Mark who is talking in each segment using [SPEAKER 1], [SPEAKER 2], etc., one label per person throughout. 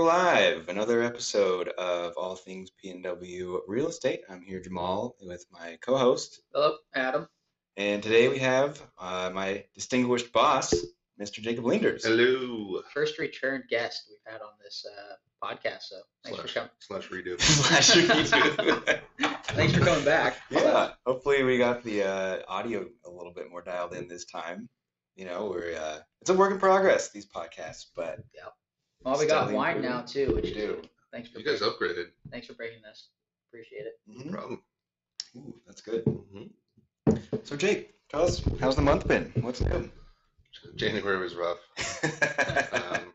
[SPEAKER 1] of another episode of All Things PNW Real Estate. I'm here, Jamal, with my co host.
[SPEAKER 2] Hello, Adam.
[SPEAKER 1] And today we have uh, my distinguished boss, Mr. Jacob Linders.
[SPEAKER 3] Hello.
[SPEAKER 2] First return guest we've had on this uh, podcast, so thanks for coming.
[SPEAKER 3] Slash redo.
[SPEAKER 1] Slash your YouTube.
[SPEAKER 2] Thanks for coming back.
[SPEAKER 1] yeah, hopefully we got the uh, audio a little bit more dialed in this time. You know, we're uh, it's a work in progress these podcasts, but
[SPEAKER 2] Well, we got
[SPEAKER 1] Still
[SPEAKER 2] wine
[SPEAKER 1] improving.
[SPEAKER 2] now too, which
[SPEAKER 1] we do.
[SPEAKER 2] thanks for
[SPEAKER 3] You guys upgraded.
[SPEAKER 2] thanks for breaking this. Appreciate it.
[SPEAKER 3] No
[SPEAKER 1] Mhm.
[SPEAKER 3] problem.
[SPEAKER 1] Ooh, that's good.
[SPEAKER 3] Mhm.
[SPEAKER 1] So Jake, tell us how's the month been? What's new?
[SPEAKER 3] January was rough.
[SPEAKER 1] Uh,
[SPEAKER 3] Um,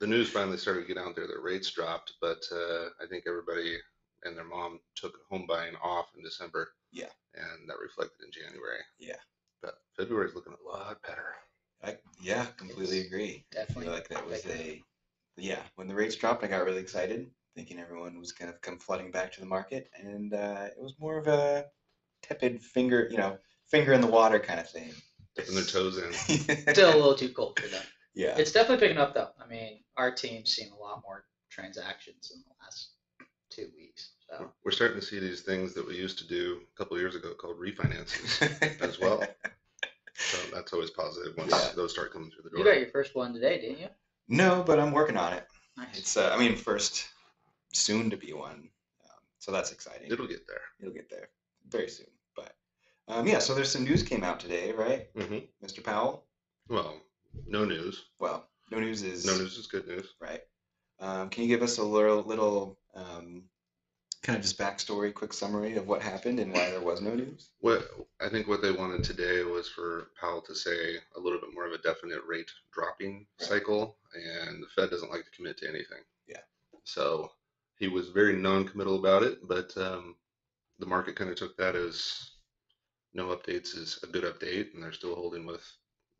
[SPEAKER 3] the news finally started getting out there that rates dropped, but uh, I think everybody and their mom took home buying off in December.
[SPEAKER 1] Yeah.
[SPEAKER 3] And that reflected in January.
[SPEAKER 1] Yeah.
[SPEAKER 3] But February's looking a lot better.
[SPEAKER 1] I, yeah, completely agree. I
[SPEAKER 2] Definitely.
[SPEAKER 1] feel like that was a yeah. When the rates dropped, I got really excited, thinking everyone was gonna come flooding back to the market, and uh, it was more of a tepid finger, you know, finger in the water kind of thing.
[SPEAKER 3] Dipping their toes in.
[SPEAKER 2] still a little too cold for them.
[SPEAKER 1] yeah,
[SPEAKER 2] It's definitely picking up though. I mean, our team's seen a lot more transactions in the last two weeks. So
[SPEAKER 3] We're starting to see these things that we used to do a couple years ago called refinancings as well. So that's always positive once
[SPEAKER 1] Yeah.
[SPEAKER 3] those start coming through the
[SPEAKER 2] you
[SPEAKER 3] door.
[SPEAKER 2] got your first one today, didn't you?
[SPEAKER 1] No, but I'm working on it.
[SPEAKER 2] Nice.
[SPEAKER 1] It's uh, I mean, first soon to be one, um, so that's exciting.
[SPEAKER 3] It'll get there.
[SPEAKER 1] It'll get there very soon. But um, yeah, so there's some news came out today, right,
[SPEAKER 3] hmm
[SPEAKER 1] Mr. Powell?
[SPEAKER 3] Well, no news.
[SPEAKER 1] Well, no news is
[SPEAKER 3] No news is good news.
[SPEAKER 1] right? Um, can you give us a little, little um, kind of just backstory, quick summary of what happened and why there was no news?
[SPEAKER 3] What I think what they wanted today was for Powell to say a little bit more of a definite rate dropping
[SPEAKER 1] Right.
[SPEAKER 3] cycle, and the Fed doesn't like to commit to anything.
[SPEAKER 1] Yeah.
[SPEAKER 3] So he was very non-committal about it, but um, the market kind of took that as no updates is a good update, and they're still holding with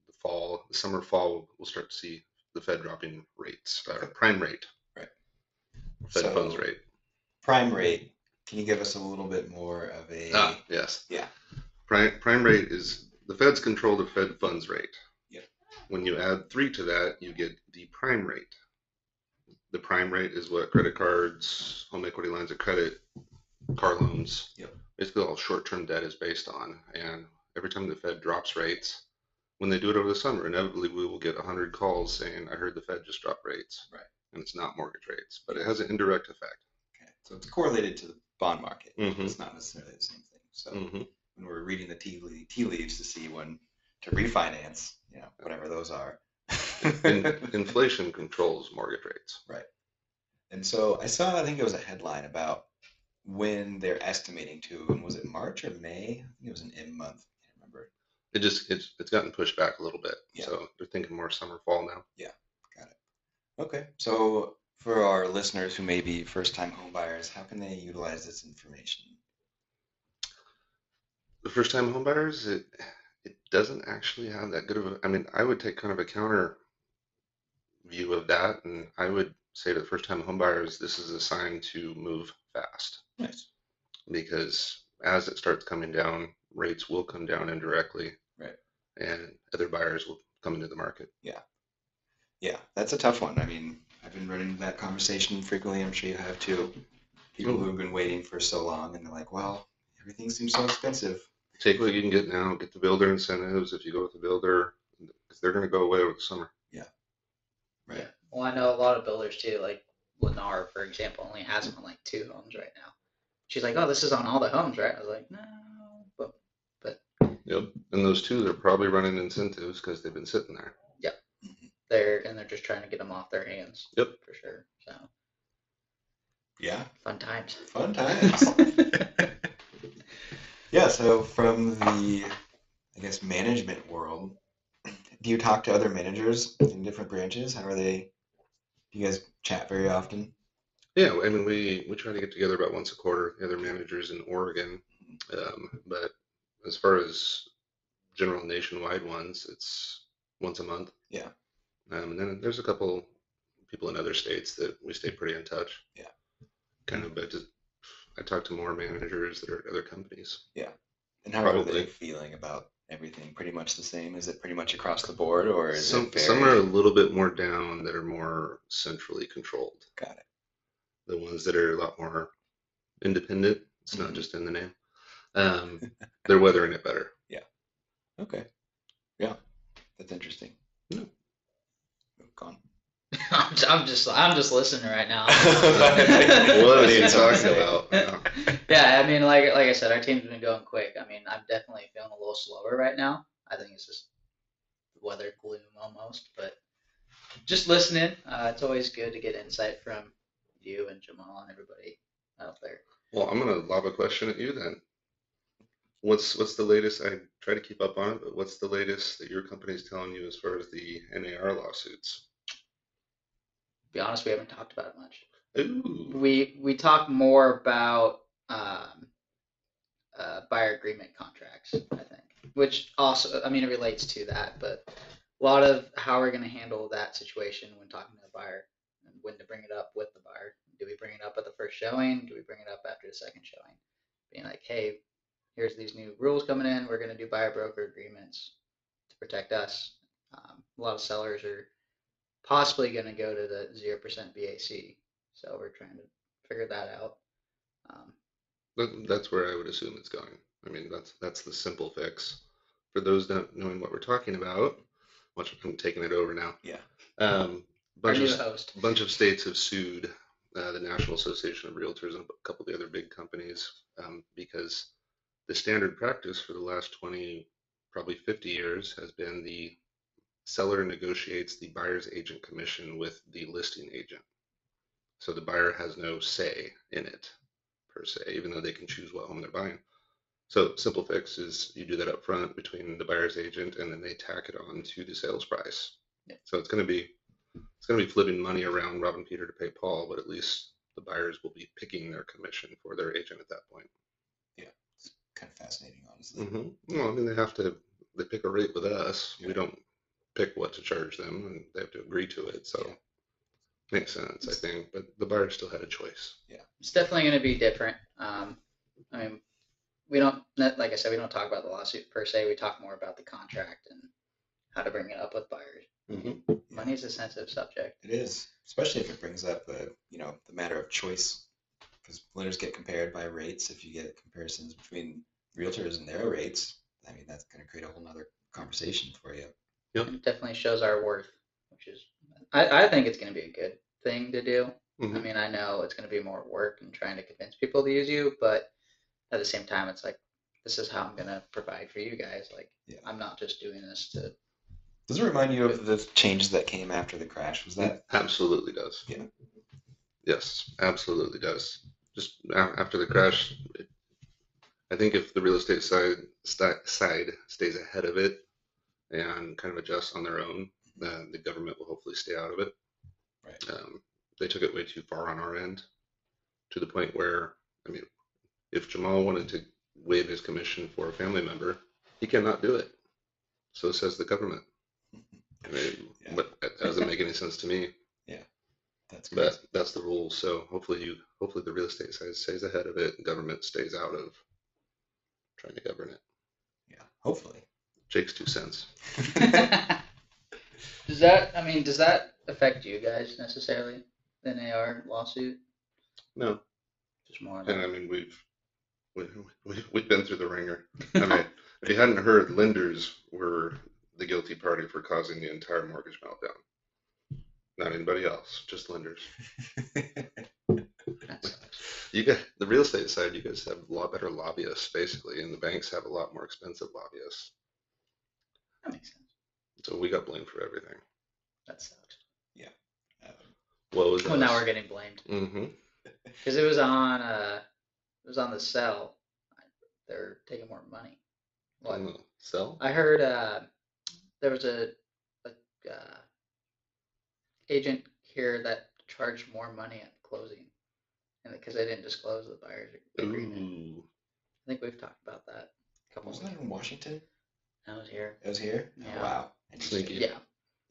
[SPEAKER 3] the fall, the summer fall. We'll start to see the Fed dropping rates, or prime rate, Fed
[SPEAKER 1] So,
[SPEAKER 3] funds rate.
[SPEAKER 1] prime rate. Can you give us a little bit more of a
[SPEAKER 3] Ah, yes.
[SPEAKER 1] Yeah.
[SPEAKER 3] Prime, prime rate is the Fed's control of Fed funds rate.
[SPEAKER 1] Yep.
[SPEAKER 3] When you add three to that, you get the prime rate. The prime rate is what credit cards, home equity lines of credit, car loans,
[SPEAKER 1] Yep.
[SPEAKER 3] basically all short-term debt is based on. And every time the Fed drops rates, when they do it over the summer, inevitably we will get 100 calls saying, "I heard the Fed just dropped rates."
[SPEAKER 1] Right.
[SPEAKER 3] And it's not mortgage rates, but it has an indirect effect.
[SPEAKER 1] Okay. So it's correlated to the bond market.
[SPEAKER 3] Mm-hmm. Mm.
[SPEAKER 1] It's not necessarily the same thing. So when we're reading the tea, le- tea leaves to see when to refinance, you know, whatever those are.
[SPEAKER 3] In, inflation controls mortgage rates.
[SPEAKER 1] And so I saw, I think it was a headline about when they're estimating to, and was it March or May? I think it was an M month. I can't remember.
[SPEAKER 3] It just it's it's gotten pushed back a little bit.
[SPEAKER 1] Yeah.
[SPEAKER 3] So they're thinking more summer fall now.
[SPEAKER 1] Okay. So for our listeners who may be first-time homebuyers, how can they utilize this information?
[SPEAKER 3] The first time home buyers, it it doesn't actually have that good of a I mean, I would take kind of a counter view of that and I would say to the first time home buyers, this is a sign to move fast
[SPEAKER 1] Nice.
[SPEAKER 3] because as it starts coming down, rates will come down indirectly.
[SPEAKER 1] Right.
[SPEAKER 3] And other buyers will come into the market.
[SPEAKER 1] Yeah, that's a tough one. I mean, I've been running into that conversation frequently. I'm sure you have too. People who have been waiting for so long and they're like, well, everything seems so expensive.
[SPEAKER 3] Take what you can get now, get the builder incentives if you go with the builder, because they're going to go away over the summer.
[SPEAKER 1] Right.
[SPEAKER 2] Well, I know a lot of builders too, like Lennar, for example, only has them on like two homes right now. She's like, "Oh, this is on all the homes, right?" I was like, "No, but
[SPEAKER 3] Yep. And those two, they're probably running incentives because they've been sitting there.
[SPEAKER 2] they're and they're just trying to get them off their hands."
[SPEAKER 3] Yep.
[SPEAKER 2] for sure. So
[SPEAKER 1] Yeah,
[SPEAKER 2] fun times.
[SPEAKER 1] fun times. Yeah, so from the, I guess, management world, do you talk to other managers in different branches? How are they? Do you guys chat very often?
[SPEAKER 3] yeah, I mean, we we try to get together about once a quarter, the other managers in Oregon. Um, but as far as general nationwide ones, it's once a month.
[SPEAKER 1] Yeah.
[SPEAKER 3] Um, and then there's a couple people in other states that we stay pretty in touch.
[SPEAKER 1] Yeah.
[SPEAKER 3] Kind of, but just, I talk to more managers that are at other companies.
[SPEAKER 1] And how are they
[SPEAKER 3] Probably.
[SPEAKER 1] feeling about everything? Pretty much the same? Is it pretty much across the board, or is
[SPEAKER 3] Some
[SPEAKER 1] it
[SPEAKER 3] some are
[SPEAKER 1] very-
[SPEAKER 3] a little bit more down that are more centrally controlled.
[SPEAKER 1] Got it.
[SPEAKER 3] the ones that are a lot more independent. It's not
[SPEAKER 1] Mhm.
[SPEAKER 3] just in the name. Um, they're weathering it better.
[SPEAKER 1] Okay. Yeah, that's interesting.
[SPEAKER 3] Yeah.
[SPEAKER 1] Gone.
[SPEAKER 2] I'm, j- I'm just I'm just listening right now.
[SPEAKER 3] what are you talking
[SPEAKER 1] Sorry.
[SPEAKER 3] about? Yeah.
[SPEAKER 2] Yeah, I mean, like like I said, our team's been going quick. I mean, I'm definitely feeling a little slower right now. I think it's just weather gloom almost, but just listening. Uh, it's always good to get insight from you and Jamal and everybody out there.
[SPEAKER 3] Well, I'm gonna lob a question at you then. What's what's the latest? I try to keep up on it, but what's the latest that your company's telling you as far as the NAR lawsuits?
[SPEAKER 2] To be honest, we haven't talked about it much.
[SPEAKER 3] Ooh,
[SPEAKER 2] We we talk more about um, uh, buyer agreement contracts, I think, which also I mean it relates to that, but a lot of how we're going to handle that situation when talking to the buyer and when to bring it up with the buyer. Do we bring it up at the first showing? Do we bring it up after the second showing? Being like, hey, here's these new rules coming in. We're going to do buyer broker agreements to protect us. Um, a lot of sellers are possibly going to go to the 0% BAC. So we're trying to figure that out. Um,
[SPEAKER 3] that, that's where I would assume it's going. I mean, that's that's the simple fix. For those not knowing what we're talking about, which I'm taking it over now.
[SPEAKER 1] Yeah.
[SPEAKER 3] Um,
[SPEAKER 2] our
[SPEAKER 3] bunch
[SPEAKER 2] new
[SPEAKER 3] of
[SPEAKER 2] host.
[SPEAKER 3] a bunch of states have sued uh, the National Association of Realtors and a couple of the other big companies um, because the standard practice for the last 20, probably 50 years has been the seller negotiates the buyer's agent commission with the listing agent. So the buyer has no say in it, per se, even though they can choose what home they're buying. So simple fix is you do that up front between the buyer's agent and then they tack it on to the sales price.
[SPEAKER 2] Yeah.
[SPEAKER 3] So it's going to be it's going to be flipping money around robbing Peter to pay Paul, but at least the buyers will be picking their commission for their agent at that point.
[SPEAKER 1] Kind of fascinating, honestly.
[SPEAKER 3] hmm Well, I mean, they have to, they pick a rate with us. We
[SPEAKER 1] Mm-hmm. Yeah.
[SPEAKER 3] don't pick what to charge them, and they have to agree to it. So
[SPEAKER 1] Yeah.
[SPEAKER 3] makes sense, I think. But the buyer still had a choice.
[SPEAKER 2] it's definitely going to be different. Um, I mean, we don't, not- like I said, we don't talk about the lawsuit per se. We talk more about the contract and how to bring it up with buyers.
[SPEAKER 1] Mm-hmm. Yeah.
[SPEAKER 2] Money is a sensitive subject.
[SPEAKER 1] It is, especially if it brings up uh, you know the matter of choice, because lenders get compared by rates. If you get comparisons between realtors and their rates, I mean that's going to create a whole nother conversation for you.
[SPEAKER 2] It definitely shows our worth, which is, I, I think it's going to be a good thing to do. I
[SPEAKER 3] Mhm.
[SPEAKER 2] mean, I know it's going to be more work and trying to convince people to use you, but at the same time, it's like, this is how I'm going to provide for you guys. Like,
[SPEAKER 1] Yeah.
[SPEAKER 2] I'm not just doing this to,
[SPEAKER 1] Does it remind you of the changes that came after the crash? Was that
[SPEAKER 3] Absolutely does.
[SPEAKER 1] Yeah.
[SPEAKER 3] Yes, absolutely does. Just a- after the crash, it- I think if the real estate side sti- side stays ahead of it and kind of adjusts on their own, uh, the government will hopefully stay out of it.
[SPEAKER 1] Right.
[SPEAKER 3] Um, they took it way too far on our end, to the point where, I mean, if Jamal wanted to waive his commission for a family member, he cannot do it. So says the government. I mean,
[SPEAKER 1] Yeah.
[SPEAKER 3] but that doesn't make any sense to me
[SPEAKER 1] that's crazy.
[SPEAKER 3] but that's the rule. So hopefully you, hopefully the real estate side stays ahead of it and government stays out of trying to govern it.
[SPEAKER 1] yeah, hopefully.
[SPEAKER 3] Jake's two cents.
[SPEAKER 2] does that, I mean, does that affect you guys necessarily, the NAR lawsuit?
[SPEAKER 3] No,
[SPEAKER 2] Just more
[SPEAKER 3] and I
[SPEAKER 2] than,
[SPEAKER 3] mean we've we, we, we've been through the ringer. I mean, if you hadn't heard, lenders were the guilty party for causing the entire mortgage meltdown. Not anybody else, just lenders.
[SPEAKER 2] that sucks.
[SPEAKER 3] You got the real estate side. You guys have a lot better lobbyists, basically, and the banks have a lot more expensive lobbyists.
[SPEAKER 2] That makes sense.
[SPEAKER 3] So we got blamed for everything.
[SPEAKER 2] That sucks.
[SPEAKER 1] Um,
[SPEAKER 3] What was
[SPEAKER 2] Well, now we're getting blamed.
[SPEAKER 3] Mm-hmm.
[SPEAKER 2] Because it was on, uh, it was on the cell. They're taking more money. Well,
[SPEAKER 3] On the cell?
[SPEAKER 2] I heard uh, there was a, a uh, agent here that charged more money at closing, and because they didn't disclose the buyer's agreement.
[SPEAKER 3] Ooh.
[SPEAKER 2] I think we've talked about that a couple.
[SPEAKER 1] was that in Washington?
[SPEAKER 2] I was here.
[SPEAKER 1] It was here. Oh,
[SPEAKER 2] Yeah.
[SPEAKER 1] wow. Interesting.
[SPEAKER 3] Sneaky.
[SPEAKER 2] Yeah.
[SPEAKER 3] Yeah.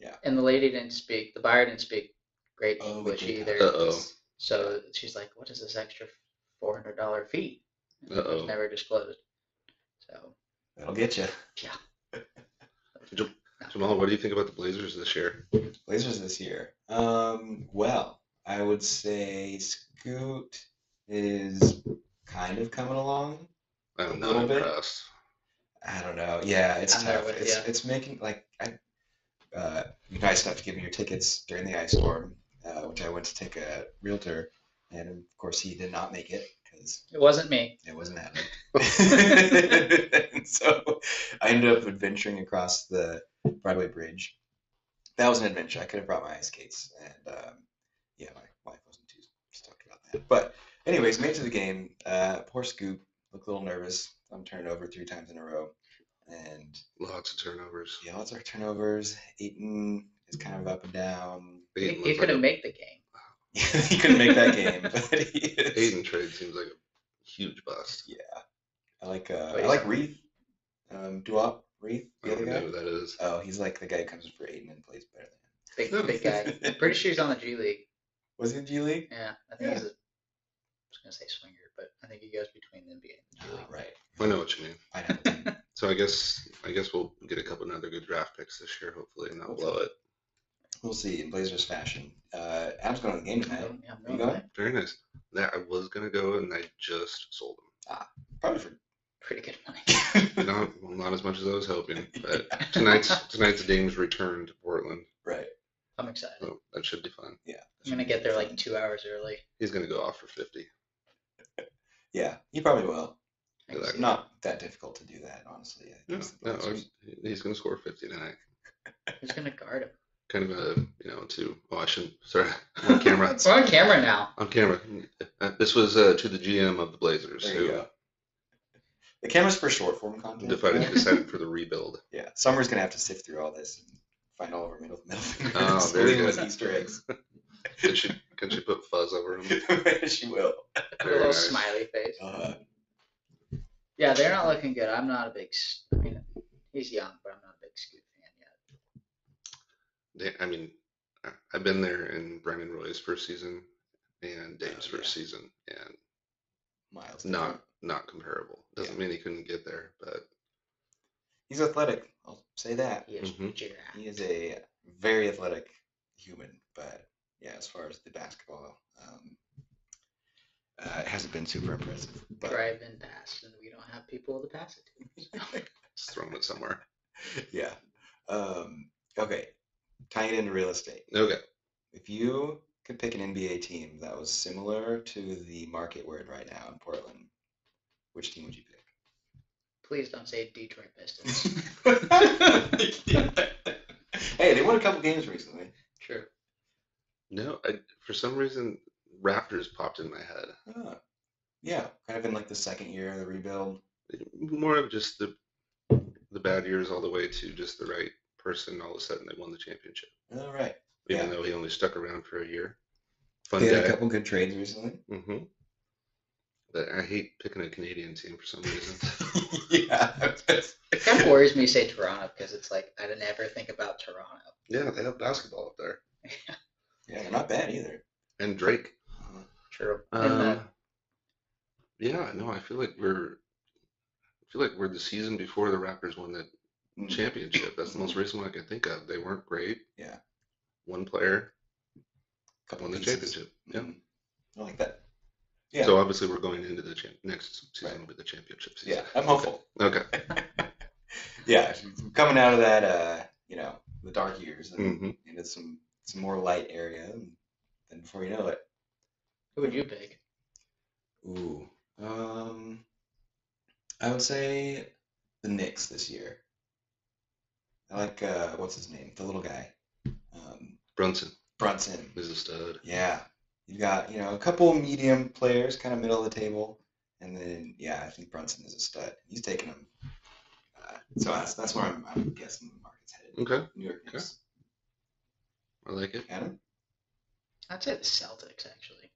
[SPEAKER 1] Yeah.
[SPEAKER 2] And the lady didn't speak. The buyer didn't speak great
[SPEAKER 1] Oh, it
[SPEAKER 2] English
[SPEAKER 1] did not.
[SPEAKER 2] either.
[SPEAKER 3] Uh-oh.
[SPEAKER 2] So she's like, "What is this extra four hundred dollar fee?" And It was
[SPEAKER 3] Uh-oh.
[SPEAKER 2] never disclosed. So
[SPEAKER 1] That'll get you.
[SPEAKER 3] Jamal, what do you think about the Blazers this year?
[SPEAKER 1] Blazers this year. Um, well, I would say Scoot is kind of coming along.
[SPEAKER 3] I'm
[SPEAKER 1] A
[SPEAKER 3] not
[SPEAKER 1] little bit.
[SPEAKER 3] impressed.
[SPEAKER 1] I don't know. Yeah, it's
[SPEAKER 2] I'm there
[SPEAKER 1] tough.
[SPEAKER 2] with
[SPEAKER 1] It's
[SPEAKER 2] ya.
[SPEAKER 1] it's making like I uh you're nice enough to give me your tickets during the ice storm, uh, which I went to take a realtor, and of course he did not make it because
[SPEAKER 2] It wasn't me.
[SPEAKER 1] it wasn't happening. and so I ended up adventuring across the Broadway Bridge. That was an adventure. I could have brought my ice skates, and um, yeah, my wife wasn't too stoked about that. But anyways, made it to the game. Uh, poor Scoop looked a little nervous. I'm turning over three times in a row, and
[SPEAKER 3] Lots of turnovers.
[SPEAKER 1] the odds are turnovers. Aiton is kind of up and down.
[SPEAKER 2] He,
[SPEAKER 3] Aiden,
[SPEAKER 2] he
[SPEAKER 3] looks like
[SPEAKER 2] couldn't
[SPEAKER 3] a-
[SPEAKER 2] make the game.
[SPEAKER 1] he couldn't make that game, but he is.
[SPEAKER 3] Aiden trade seems like a huge bust.
[SPEAKER 1] Yeah, I like uh,
[SPEAKER 2] Oh,
[SPEAKER 1] I
[SPEAKER 2] yeah.
[SPEAKER 1] like Reith, um, Duop Reith,
[SPEAKER 3] I
[SPEAKER 1] the other
[SPEAKER 3] don't know
[SPEAKER 1] guy.
[SPEAKER 3] who that is.
[SPEAKER 1] Oh, he's like the guy who comes in for Aiden and plays better than
[SPEAKER 2] Big,
[SPEAKER 3] No.
[SPEAKER 2] big guy. I'm pretty sure he's on the G League.
[SPEAKER 1] him. Was he in G League?
[SPEAKER 2] Yeah, I think he's a. I was gonna say swinger, but I think he goes between the NBA and the G
[SPEAKER 1] Oh,
[SPEAKER 2] League.
[SPEAKER 1] right.
[SPEAKER 3] I know what you mean.
[SPEAKER 1] I know.
[SPEAKER 3] So I guess I guess we'll get a couple another good draft picks this year, hopefully, and that'll blow it.
[SPEAKER 1] We'll see in Blazers fashion. Uh, Adam's going to the game tonight.
[SPEAKER 2] I'm- I'm
[SPEAKER 1] Are you
[SPEAKER 2] going
[SPEAKER 1] going?
[SPEAKER 3] Very nice. That I was gonna go, and I just sold
[SPEAKER 1] Probably for.
[SPEAKER 2] Pretty good money.
[SPEAKER 3] them. Not well, not as much as I was hoping, but tonight's tonight's Dame's return to Portland,
[SPEAKER 1] right.
[SPEAKER 2] I'm excited.
[SPEAKER 3] so that should be fun.
[SPEAKER 2] I'm gonna get there like two hours early.
[SPEAKER 3] He's gonna go off for fifty.
[SPEAKER 1] Yeah, he probably will.
[SPEAKER 2] I can
[SPEAKER 3] Exactly.
[SPEAKER 2] see that.
[SPEAKER 1] Not that difficult to do that, honestly. I think
[SPEAKER 3] No,
[SPEAKER 1] it's the
[SPEAKER 3] no,
[SPEAKER 1] Blazers.
[SPEAKER 3] he's- he's gonna score fifty tonight.
[SPEAKER 2] Who's gonna guard him?
[SPEAKER 3] Kind of a you know two. Oh, I shouldn't. Sorry, on camera.
[SPEAKER 2] We're on camera now.
[SPEAKER 3] on camera. Uh, This was uh, to the GM of the Blazers,
[SPEAKER 1] There you
[SPEAKER 3] who
[SPEAKER 1] go. The camera's for short form content.
[SPEAKER 3] decided decided for the rebuild.
[SPEAKER 1] Yeah, Summer's gonna have to sift through all this and find all of her middle middle fingers,
[SPEAKER 3] Oh, very
[SPEAKER 1] leaving with
[SPEAKER 3] good.
[SPEAKER 1] Easter eggs.
[SPEAKER 3] Can she can she put fuzz over him?
[SPEAKER 1] she will.
[SPEAKER 2] A
[SPEAKER 3] Very
[SPEAKER 2] little
[SPEAKER 3] nice.
[SPEAKER 2] smiley face.
[SPEAKER 1] Uh,
[SPEAKER 2] Yeah, they're not looking good. I'm not a big. s- I mean, he's young, but I'm not a big Scoot fan yet.
[SPEAKER 3] Da- I mean, I- I've been there in Brendan Roy's first season and Dame's
[SPEAKER 1] Oh,
[SPEAKER 3] first season, and
[SPEAKER 1] Miles.
[SPEAKER 3] it's not not comparable. Doesn't
[SPEAKER 1] Yeah.
[SPEAKER 3] mean he couldn't get there, but
[SPEAKER 1] He's athletic. I'll say that.
[SPEAKER 2] He is
[SPEAKER 3] Mhm.
[SPEAKER 2] jacked.
[SPEAKER 1] Mm-hmm. He is a very athletic human, but yeah, as far as the basketball, um, uh, it hasn't been super impressive. But
[SPEAKER 2] drive and pass, and we don't have people to pass it to. So,
[SPEAKER 3] just throwing it somewhere.
[SPEAKER 1] yeah. Um, okay. Tying it into real estate.
[SPEAKER 3] Okay,
[SPEAKER 1] If you could pick an NBA team that was similar to the market we're in right now in Portland, which team would you pick?
[SPEAKER 2] please don't say Detroit Pistons.
[SPEAKER 1] Hey, they won a couple games recently.
[SPEAKER 2] True.
[SPEAKER 3] no, I, for some reason Raptors popped in my head.
[SPEAKER 1] Ah, yeah, kind of in like the second year of the rebuild.
[SPEAKER 3] More of just the the bad years all the way to just the right person. All of a sudden, they won the championship,
[SPEAKER 1] All right.
[SPEAKER 3] even
[SPEAKER 1] Yeah.
[SPEAKER 3] though he only stuck around for a year. Fun
[SPEAKER 1] They had
[SPEAKER 3] guy.
[SPEAKER 1] a couple good trades recently.
[SPEAKER 3] Mm-hmm. But I hate picking a Canadian team for some reason.
[SPEAKER 1] yeah. that's-
[SPEAKER 2] It kind of worries me you say Toronto because it's like I didn't ever think about Toronto.
[SPEAKER 3] yeah, they have basketball up there.
[SPEAKER 1] Yeah, they're not bad either.
[SPEAKER 3] And Drake.
[SPEAKER 1] Uh,
[SPEAKER 2] True. And
[SPEAKER 3] Um,
[SPEAKER 2] the-
[SPEAKER 3] yeah, no, I feel like we're I feel like we're the season before the Raptors won the
[SPEAKER 1] Mm.
[SPEAKER 3] championship. That's the most recent one I can think of. They weren't great.
[SPEAKER 1] Yeah.
[SPEAKER 3] One player
[SPEAKER 1] Couple
[SPEAKER 3] won the
[SPEAKER 1] pieces.
[SPEAKER 3] championship. Yeah.
[SPEAKER 1] Mhm. I like that. Yeah.
[SPEAKER 3] So obviously we're going into the champ- next season
[SPEAKER 1] Right.
[SPEAKER 3] will be the championship season.
[SPEAKER 1] yeah, I'm hopeful.
[SPEAKER 3] Okay.
[SPEAKER 1] yeah, if you're coming out of that, uh, you know, the dark years and
[SPEAKER 3] Mhm.
[SPEAKER 1] into some some more light area, and then before you know it,
[SPEAKER 2] who would you pick?
[SPEAKER 1] ooh, um, I would say the Knicks this year. I like uh, what's his name, the little guy, um,
[SPEAKER 3] Brunson
[SPEAKER 1] Brunson.
[SPEAKER 3] is a stud.
[SPEAKER 1] Yeah, you've got you know a couple medium players, kind of middle of the table, and then yeah, I think Brunson is a stud. He's taking them. Uh, so that's that's where I'm, I'm guessing the market's headed.
[SPEAKER 3] Okay.
[SPEAKER 1] New York Knicks.
[SPEAKER 3] I like it.
[SPEAKER 1] Adam?
[SPEAKER 2] I'd say the Celtics actually,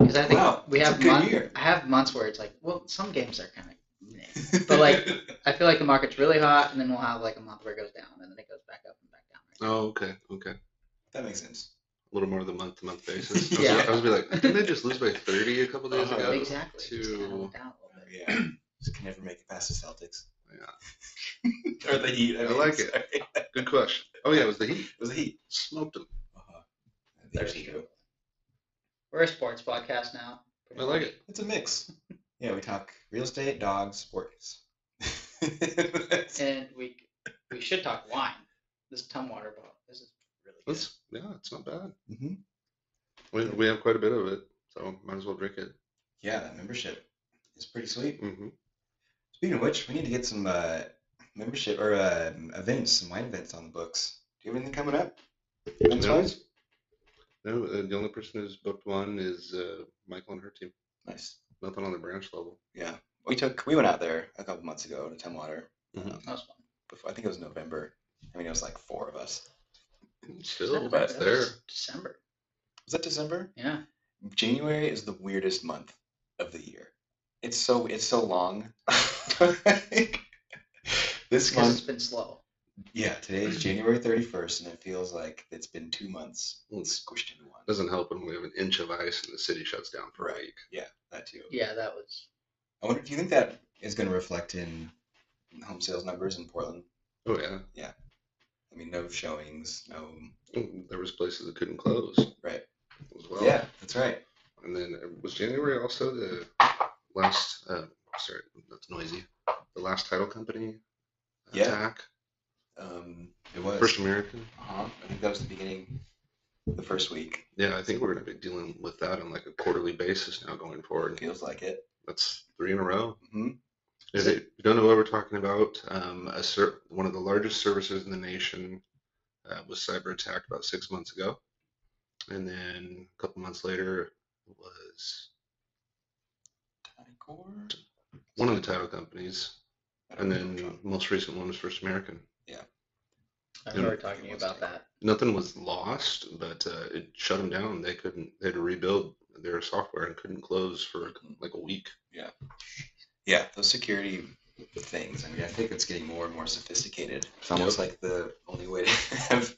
[SPEAKER 2] because I think
[SPEAKER 1] Wow,
[SPEAKER 2] we
[SPEAKER 1] that's
[SPEAKER 2] have
[SPEAKER 1] a good
[SPEAKER 2] month-
[SPEAKER 1] year.
[SPEAKER 2] I have months where it's like, well, some games are kind of. But, like- I feel like the market's really hot, and then we'll have like a month where it goes down, and then it goes back up and back down. Right?
[SPEAKER 3] Oh, okay. Okay. A
[SPEAKER 1] that makes sense.
[SPEAKER 3] little more of the month to month basis. I was-
[SPEAKER 2] Yeah.
[SPEAKER 3] I was be like, didn't they just lose by 30 a couple days
[SPEAKER 1] Uh-huh.
[SPEAKER 3] ago?
[SPEAKER 2] exactly. It's kind of
[SPEAKER 3] to-
[SPEAKER 2] down a little bit.
[SPEAKER 1] Yeah, just can never make it past the Celtics.
[SPEAKER 3] Yeah.
[SPEAKER 1] or the Heat. I,
[SPEAKER 3] I
[SPEAKER 1] mean,
[SPEAKER 3] like it.
[SPEAKER 1] sorry. It
[SPEAKER 3] Good question. Oh yeah, it was the Heat.
[SPEAKER 1] was the Heat.
[SPEAKER 3] Smoked them.
[SPEAKER 1] Uh-huh. That's true.
[SPEAKER 2] We're a sports podcast now.
[SPEAKER 3] I like it.
[SPEAKER 1] It's a mix. Yeah, we talk real estate, dogs, sports. Mm-hmm. That's-
[SPEAKER 2] And we we should talk wine. This Tumwater bottle. This is really good.
[SPEAKER 3] That's yeah, it's not bad.
[SPEAKER 1] Mhm.
[SPEAKER 3] We, we have quite a bit of it, so might as well drink it.
[SPEAKER 1] Yeah, that membership is pretty sweet.
[SPEAKER 3] hmm
[SPEAKER 1] Speaking of which, we need to get some uh, membership or uh, events, some wine events on the books. Do you have anything coming up? Events wise?
[SPEAKER 3] No, uh, the only person who's booked one is uh, Michael and her team.
[SPEAKER 1] Nice.
[SPEAKER 3] Nothing on the branch level.
[SPEAKER 1] We took we went out there a couple months ago to Tumwater.
[SPEAKER 3] Mhm.
[SPEAKER 1] Um,
[SPEAKER 2] That was fun.
[SPEAKER 1] before, I think it was November. I mean, it was like four of us.
[SPEAKER 3] Still,
[SPEAKER 2] December,
[SPEAKER 3] that's
[SPEAKER 2] that was
[SPEAKER 3] there.
[SPEAKER 2] December.
[SPEAKER 1] Was that December?
[SPEAKER 2] Yeah.
[SPEAKER 1] January is the weirdest month of the year. It's so it's so long. this
[SPEAKER 2] Because it's
[SPEAKER 1] month,
[SPEAKER 2] been slow.
[SPEAKER 1] yeah, today's January thirty first, and it feels like it's been two months squished into one.
[SPEAKER 3] Doesn't help when we have an inch of ice and the city shuts down for a week.
[SPEAKER 1] That too.
[SPEAKER 2] Yeah, that was
[SPEAKER 1] I wonder. Do you think that is going to reflect in home sales numbers in Portland?
[SPEAKER 3] Oh yeah,
[SPEAKER 1] I mean, no showings, no.
[SPEAKER 3] Mm, there was places that couldn't close.
[SPEAKER 1] Right.
[SPEAKER 3] As well.
[SPEAKER 1] yeah, that's right.
[SPEAKER 3] And then uh, was January also the last? Uh, sorry, that's noisy. The last title company
[SPEAKER 1] Yeah.
[SPEAKER 3] attack.
[SPEAKER 1] Um, it was.
[SPEAKER 3] First American.
[SPEAKER 1] uh-huh. I think that was the beginning, the first week.
[SPEAKER 3] Yeah, I think we're gonna be dealing with that on like a quarterly basis now going forward.
[SPEAKER 1] Feels like it.
[SPEAKER 3] That's three in a row.
[SPEAKER 1] Mhm.
[SPEAKER 3] If you don't know what we're talking about, um, a ser- one of the largest services in the nation uh, was cyber attacked about six months ago, and then a couple months later was
[SPEAKER 1] Ticore?
[SPEAKER 3] one of the title companies,
[SPEAKER 1] I don't
[SPEAKER 3] and
[SPEAKER 1] know which
[SPEAKER 3] then
[SPEAKER 1] one.
[SPEAKER 3] most recent one was First American.
[SPEAKER 2] I
[SPEAKER 3] Yeah.
[SPEAKER 2] remember talking to you
[SPEAKER 1] It was
[SPEAKER 2] about
[SPEAKER 1] like-
[SPEAKER 2] that.
[SPEAKER 3] Nothing was lost, but uh, it shut them down. They couldn't. They had to rebuild their software and couldn't close for like a week.
[SPEAKER 1] Yeah, those security things. I mean, I think it's getting more and more sophisticated. It's almost like the only way to have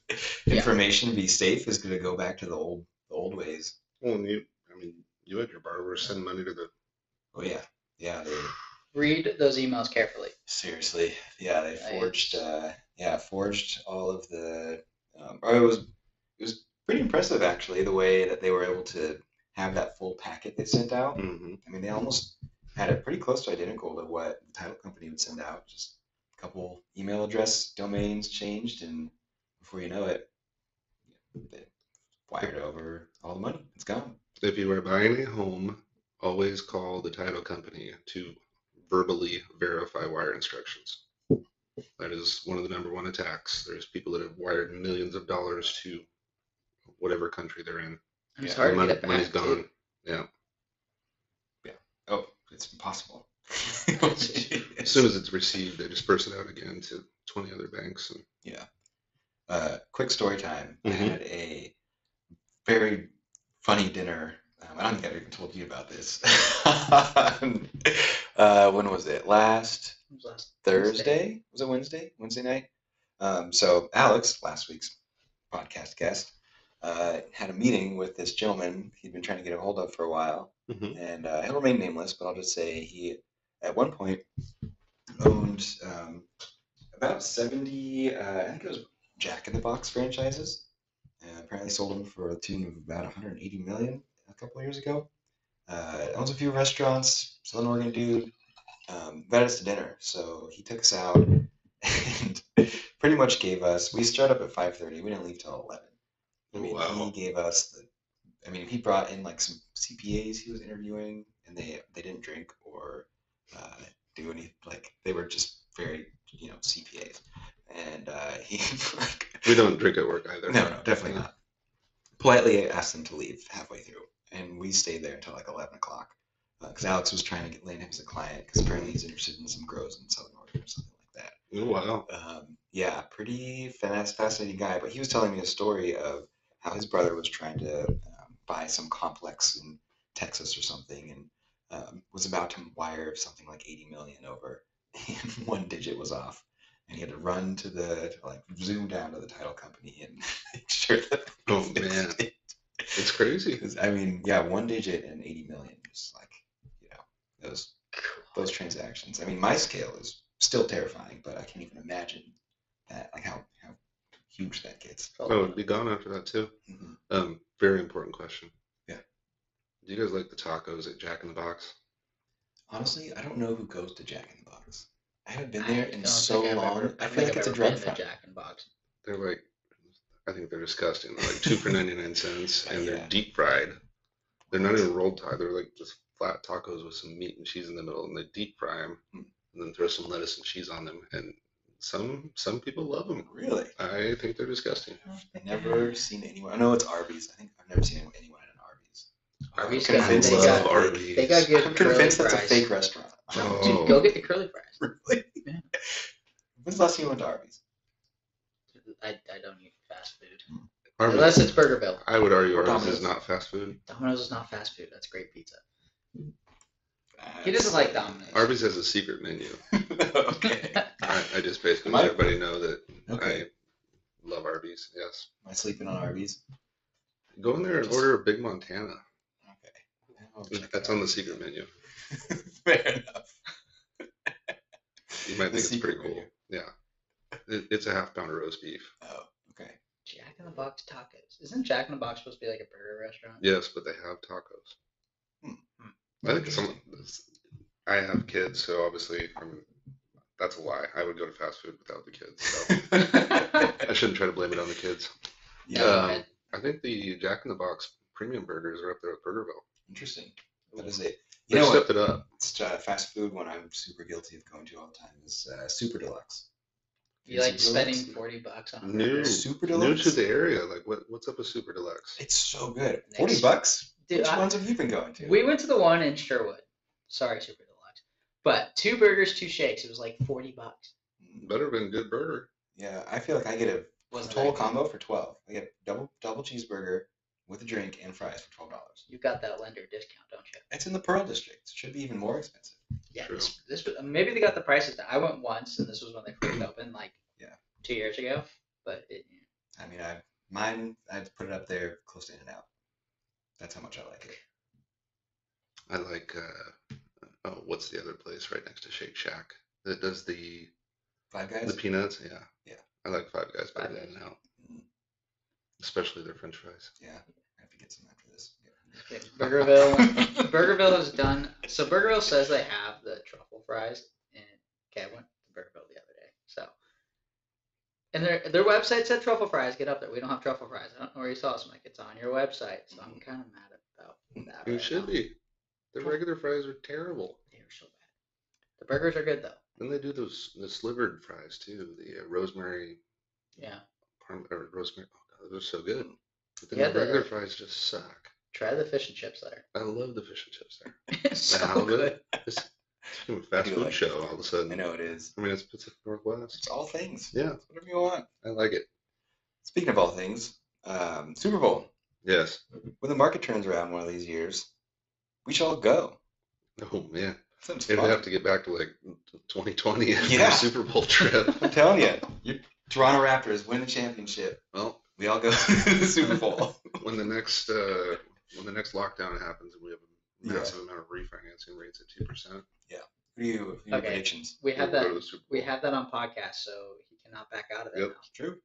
[SPEAKER 2] Yeah.
[SPEAKER 1] information be safe is going to go back to the old the old ways.
[SPEAKER 3] Well, and you, I mean, you had your borrowers send money to the.
[SPEAKER 1] Oh yeah, yeah. They
[SPEAKER 2] Read those emails carefully.
[SPEAKER 1] seriously, yeah. They
[SPEAKER 2] Yeah,
[SPEAKER 1] forged, uh, yeah, forged all of the. Um, or it was it was pretty impressive actually the way that they were able to have that full packet they sent out.
[SPEAKER 3] hmm
[SPEAKER 1] I mean, they almost had it pretty close to identical to what the title company would send out. Just a couple email address domains changed, and before you know it, they wired over all the money. It's gone.
[SPEAKER 3] If you are buying a home, always call the title company to verbally verify wire instructions. That is one of the number one attacks. There's people that have wired millions of dollars to whatever country they're in.
[SPEAKER 2] And It's
[SPEAKER 1] Yeah.
[SPEAKER 2] hard to
[SPEAKER 3] Money,
[SPEAKER 2] get it
[SPEAKER 3] money's
[SPEAKER 2] back.
[SPEAKER 3] gone.
[SPEAKER 2] dude.
[SPEAKER 1] Oh, it's impossible. Oh,
[SPEAKER 3] As soon as it's received, they disperse it out again to 20 other banks. And
[SPEAKER 1] uh, quick story time. I
[SPEAKER 3] Mhm.
[SPEAKER 1] had a very funny dinner. Um, I don't think I even told you about this. uh, when was it? Last
[SPEAKER 2] It was last
[SPEAKER 1] Thursday. Was it Wednesday? Wednesday night. Um, so Alex, last week's podcast guest, uh, had a meeting with this gentleman he'd been trying to get a hold of for a while,
[SPEAKER 3] Mhm.
[SPEAKER 1] and uh, he'll remain nameless. But I'll just say he, at one point, owned um, about seventy. Uh, I think it was Jack in the Box franchises. Uh, apparently sold them for a tune of about 180 million a couple of years ago. Uh, owns a few restaurants. Southern Oregon dude um, invited us to dinner. So he took us out and pretty much gave us. We started up at five thirty. We didn't leave till eleven. I mean,
[SPEAKER 3] Wow.
[SPEAKER 1] he gave us the. I mean, he brought in like some CPAs he was interviewing, and they they didn't drink or uh, do any like they were just very you know CPAs, and uh, he like
[SPEAKER 3] we don't drink at work either.
[SPEAKER 1] no, no, definitely not. Politely asked them to leave halfway through, and we stayed there until like eleven o'clock because Alex was trying to get land him as a client because apparently he's interested in some grows in Southern Oregon or something like that
[SPEAKER 3] Oh, wow.
[SPEAKER 1] um, yeah, pretty fast, fascinating guy. But he was telling me a story of how his brother was trying to um, buy some complex in Texas or something, and um, was about to wire something like 80 million over, and one digit was off, and he had to run to the to, like zoom down to the title company and make sure that. they
[SPEAKER 3] Oh,
[SPEAKER 1] fixed
[SPEAKER 3] man.
[SPEAKER 1] it.
[SPEAKER 3] It's crazy.
[SPEAKER 1] 'Cause, I mean, yeah, one digit and 80 million is like, you know, those those transactions. I mean, my scale is still terrifying, but I can't even imagine that, like how how huge that gets.
[SPEAKER 2] Thursday. Mm-hmm.
[SPEAKER 3] Oh, it'd be gone after that, too. Um, very important question.
[SPEAKER 1] Yeah.
[SPEAKER 3] Do you guys like the tacos at Jack in the Box?
[SPEAKER 1] Honestly, I don't know who goes to Jack in the Box. I haven't been
[SPEAKER 2] I
[SPEAKER 1] there in
[SPEAKER 2] don't
[SPEAKER 1] so
[SPEAKER 2] think I've
[SPEAKER 1] long.
[SPEAKER 2] ever-
[SPEAKER 1] I
[SPEAKER 2] don't
[SPEAKER 1] feel
[SPEAKER 2] think
[SPEAKER 1] like it's
[SPEAKER 2] I've
[SPEAKER 1] a
[SPEAKER 2] ever
[SPEAKER 1] drug
[SPEAKER 2] been to
[SPEAKER 1] front.
[SPEAKER 2] Jack and Box.
[SPEAKER 3] They're like, I think they're disgusting. They're like two for ninety nine cents, and they're
[SPEAKER 1] Yeah.
[SPEAKER 3] deep fried. They're not even rolled tie. They're like just flat tacos with some meat and cheese in the middle, and they deep fry them,
[SPEAKER 1] Hmm.
[SPEAKER 3] and then throw some lettuce and cheese on them. And some some people love them.
[SPEAKER 1] Really?
[SPEAKER 3] I think they're disgusting.
[SPEAKER 1] I've
[SPEAKER 2] Mm-hmm.
[SPEAKER 1] never seen anyone. I know it's Arby's. I think I've never seen anyone at an Arby's.
[SPEAKER 2] Arby's
[SPEAKER 1] I'm
[SPEAKER 2] got- they
[SPEAKER 1] convinced it's
[SPEAKER 2] got-
[SPEAKER 1] a fake-
[SPEAKER 3] Arby's.
[SPEAKER 2] They got good
[SPEAKER 1] I'm
[SPEAKER 2] curly
[SPEAKER 1] convinced that's a
[SPEAKER 2] fries.
[SPEAKER 1] fake restaurant.
[SPEAKER 2] No,
[SPEAKER 3] Oh.
[SPEAKER 2] Dude, go get the curly fries.
[SPEAKER 1] Really?
[SPEAKER 2] Yeah.
[SPEAKER 1] When's the last time you went to Arby's?
[SPEAKER 2] I, I don't eat fast food
[SPEAKER 3] Arby's-
[SPEAKER 2] unless it's Burger Bill.
[SPEAKER 3] I would argue Arby's
[SPEAKER 1] Domino's.
[SPEAKER 3] is not fast food.
[SPEAKER 2] Domino's is not fast food. That's great pizza.
[SPEAKER 1] Uh,
[SPEAKER 2] He doesn't like Domino's.
[SPEAKER 3] Arby's has a secret menu.
[SPEAKER 1] okay.
[SPEAKER 3] I, I just basically
[SPEAKER 1] Am I-
[SPEAKER 3] let everybody know that
[SPEAKER 1] Okay.
[SPEAKER 3] I love Arby's. Yes,
[SPEAKER 1] Am I sleeping on Arby's?
[SPEAKER 3] go in there and
[SPEAKER 1] Just-
[SPEAKER 3] order a Big Montana.
[SPEAKER 1] Okay. I'll check it
[SPEAKER 3] That's
[SPEAKER 1] out.
[SPEAKER 3] on the secret menu.
[SPEAKER 1] Fair enough.
[SPEAKER 3] You might
[SPEAKER 1] The
[SPEAKER 3] think it's pretty
[SPEAKER 1] secret
[SPEAKER 3] cool. Yeah, it, it's a half pound of roast beef.
[SPEAKER 1] Oh, okay.
[SPEAKER 2] Jack in the Box tacos. Isn't Jack in the Box supposed to be like a burger restaurant?
[SPEAKER 3] Yes, but they have tacos.
[SPEAKER 1] Hmm.
[SPEAKER 3] I think some. I have kids, so obviously I'm, that's a lie. I would go to fast food without the kids. So I shouldn't try to blame it on the kids.
[SPEAKER 1] yeah.
[SPEAKER 2] Uh,
[SPEAKER 3] Um,
[SPEAKER 2] I-
[SPEAKER 3] I think the Jack in the Box premium burgers are up there with Burgerville.
[SPEAKER 1] Interesting. That is it. You
[SPEAKER 3] They
[SPEAKER 1] know what?
[SPEAKER 3] stepped it up.
[SPEAKER 1] It's, uh, fast food one I'm super guilty of going to all the time is uh, Super Deluxe.
[SPEAKER 2] You like
[SPEAKER 1] Super Deluxe?
[SPEAKER 2] spending forty bucks on a
[SPEAKER 3] No.
[SPEAKER 2] burger?
[SPEAKER 1] Super
[SPEAKER 3] New
[SPEAKER 1] Deluxe?
[SPEAKER 3] to the area, like what? What's up with Super Deluxe?
[SPEAKER 1] It's so good.
[SPEAKER 2] Next-
[SPEAKER 1] Forty bucks?
[SPEAKER 2] Dude,
[SPEAKER 1] Which
[SPEAKER 2] I-
[SPEAKER 1] ones have you been going to?
[SPEAKER 2] We went to the one in Sherwood. Sorry, Super Deluxe, but two burgers, two shakes. It was like forty bucks.
[SPEAKER 3] Better than Good Burger.
[SPEAKER 1] Mm, yeah, I feel like I get a
[SPEAKER 2] Wasn't
[SPEAKER 1] total
[SPEAKER 2] that good?
[SPEAKER 1] combo for twelve. I get double double cheeseburger with a drink and fries for twelve dollars.
[SPEAKER 2] You got that lender discount, don't you?
[SPEAKER 1] It's in the Pearl District. It should be even more expensive.
[SPEAKER 2] Yeah.
[SPEAKER 3] True.
[SPEAKER 2] This, this was- maybe they got the prices down. I went once, and this was when they first opened, like
[SPEAKER 1] Yeah.
[SPEAKER 2] two years ago. But it,
[SPEAKER 1] I mean, I mine I put it up there close to In and Out. That's how much I like it.
[SPEAKER 3] I like. Uh, oh, what's the other place right next to Shake Shack that does the
[SPEAKER 1] Five
[SPEAKER 3] The
[SPEAKER 1] Guys.
[SPEAKER 3] peanuts, yeah.
[SPEAKER 1] Yeah.
[SPEAKER 3] I like Five Guys better
[SPEAKER 2] Five
[SPEAKER 3] than
[SPEAKER 2] Guys.
[SPEAKER 3] now.
[SPEAKER 1] Mm.
[SPEAKER 3] Especially their French fries.
[SPEAKER 1] Yeah, I have to get some after this.
[SPEAKER 2] Okay, Burgerville. Burgerville has done so. Burgerville says they have the truffle fries, and okay, I went to Burgerville the other day. So, and their their website said truffle fries. Get up there. We don't have truffle fries. I don't know where you saw us, Mike. It's on your website, so I'm kind of mad about that.
[SPEAKER 3] You
[SPEAKER 2] right
[SPEAKER 3] Mm-hmm. should
[SPEAKER 2] now.
[SPEAKER 3] be. Their regular fries are terrible.
[SPEAKER 2] They were so bad. The burgers are good though.
[SPEAKER 3] Then they do those the slivered fries too. The uh, rosemary,
[SPEAKER 2] Yeah,
[SPEAKER 3] parm, or rosemary. Oh God, they're so good. But then
[SPEAKER 2] Yeah,
[SPEAKER 3] the
[SPEAKER 2] the-
[SPEAKER 3] regular fries just suck.
[SPEAKER 2] try the fish and chips there.
[SPEAKER 3] I love the fish and chips there.
[SPEAKER 2] It's
[SPEAKER 3] The
[SPEAKER 2] so
[SPEAKER 3] halibut,
[SPEAKER 2] good.
[SPEAKER 3] It's, it's become a fast
[SPEAKER 1] do
[SPEAKER 3] food
[SPEAKER 1] like it.
[SPEAKER 3] show all of
[SPEAKER 1] I
[SPEAKER 3] a sudden.
[SPEAKER 1] know it is.
[SPEAKER 3] I mean, it's Pacific Northwest.
[SPEAKER 1] It's all things.
[SPEAKER 3] Yeah,
[SPEAKER 1] It's whatever you want.
[SPEAKER 3] I like it.
[SPEAKER 1] Speaking of all things, um, Super Bowl.
[SPEAKER 3] Yes.
[SPEAKER 1] When the market turns around one of these years, we shall go.
[SPEAKER 3] Oh man,
[SPEAKER 1] Sounds
[SPEAKER 3] it'd
[SPEAKER 1] fun.
[SPEAKER 3] have to get back to like 2020 for a
[SPEAKER 1] Yeah.
[SPEAKER 3] Super Bowl trip.
[SPEAKER 1] I'm telling you, your Toronto Raptors win the championship.
[SPEAKER 3] well,
[SPEAKER 1] We all go to the Super Bowl.
[SPEAKER 3] when the next uh, when the next lockdown happens and we have a
[SPEAKER 1] Yeah.
[SPEAKER 3] massive amount of refinancing rates at two percent,
[SPEAKER 1] Who do you, who do your
[SPEAKER 2] Okay.
[SPEAKER 1] predictions?
[SPEAKER 2] We have that.
[SPEAKER 3] Super
[SPEAKER 2] We
[SPEAKER 3] Bowl.
[SPEAKER 2] have that on podcast, so he cannot back out of it
[SPEAKER 3] Yep.
[SPEAKER 2] now.
[SPEAKER 1] True.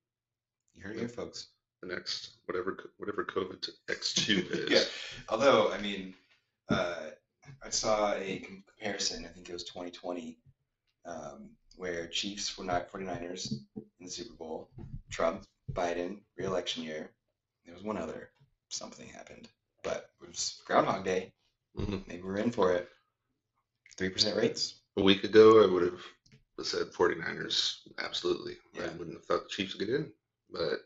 [SPEAKER 1] You heard it here, folks.
[SPEAKER 3] the next whatever co- whatever COVID X two is.
[SPEAKER 1] Yeah. Although, I mean, uh, I saw a com- comparison, I think it was 2020, um, where Chiefs were not 49ers in the Super Bowl, Trump, Biden, re election year. There was one other, something happened, but it was Groundhog Day.
[SPEAKER 3] Mhm.
[SPEAKER 1] Maybe we're in for it. 3% rates.
[SPEAKER 3] A week ago, I would have said 49ers absolutely.
[SPEAKER 1] Yeah.
[SPEAKER 3] I wouldn't have thought the Chiefs would get in, but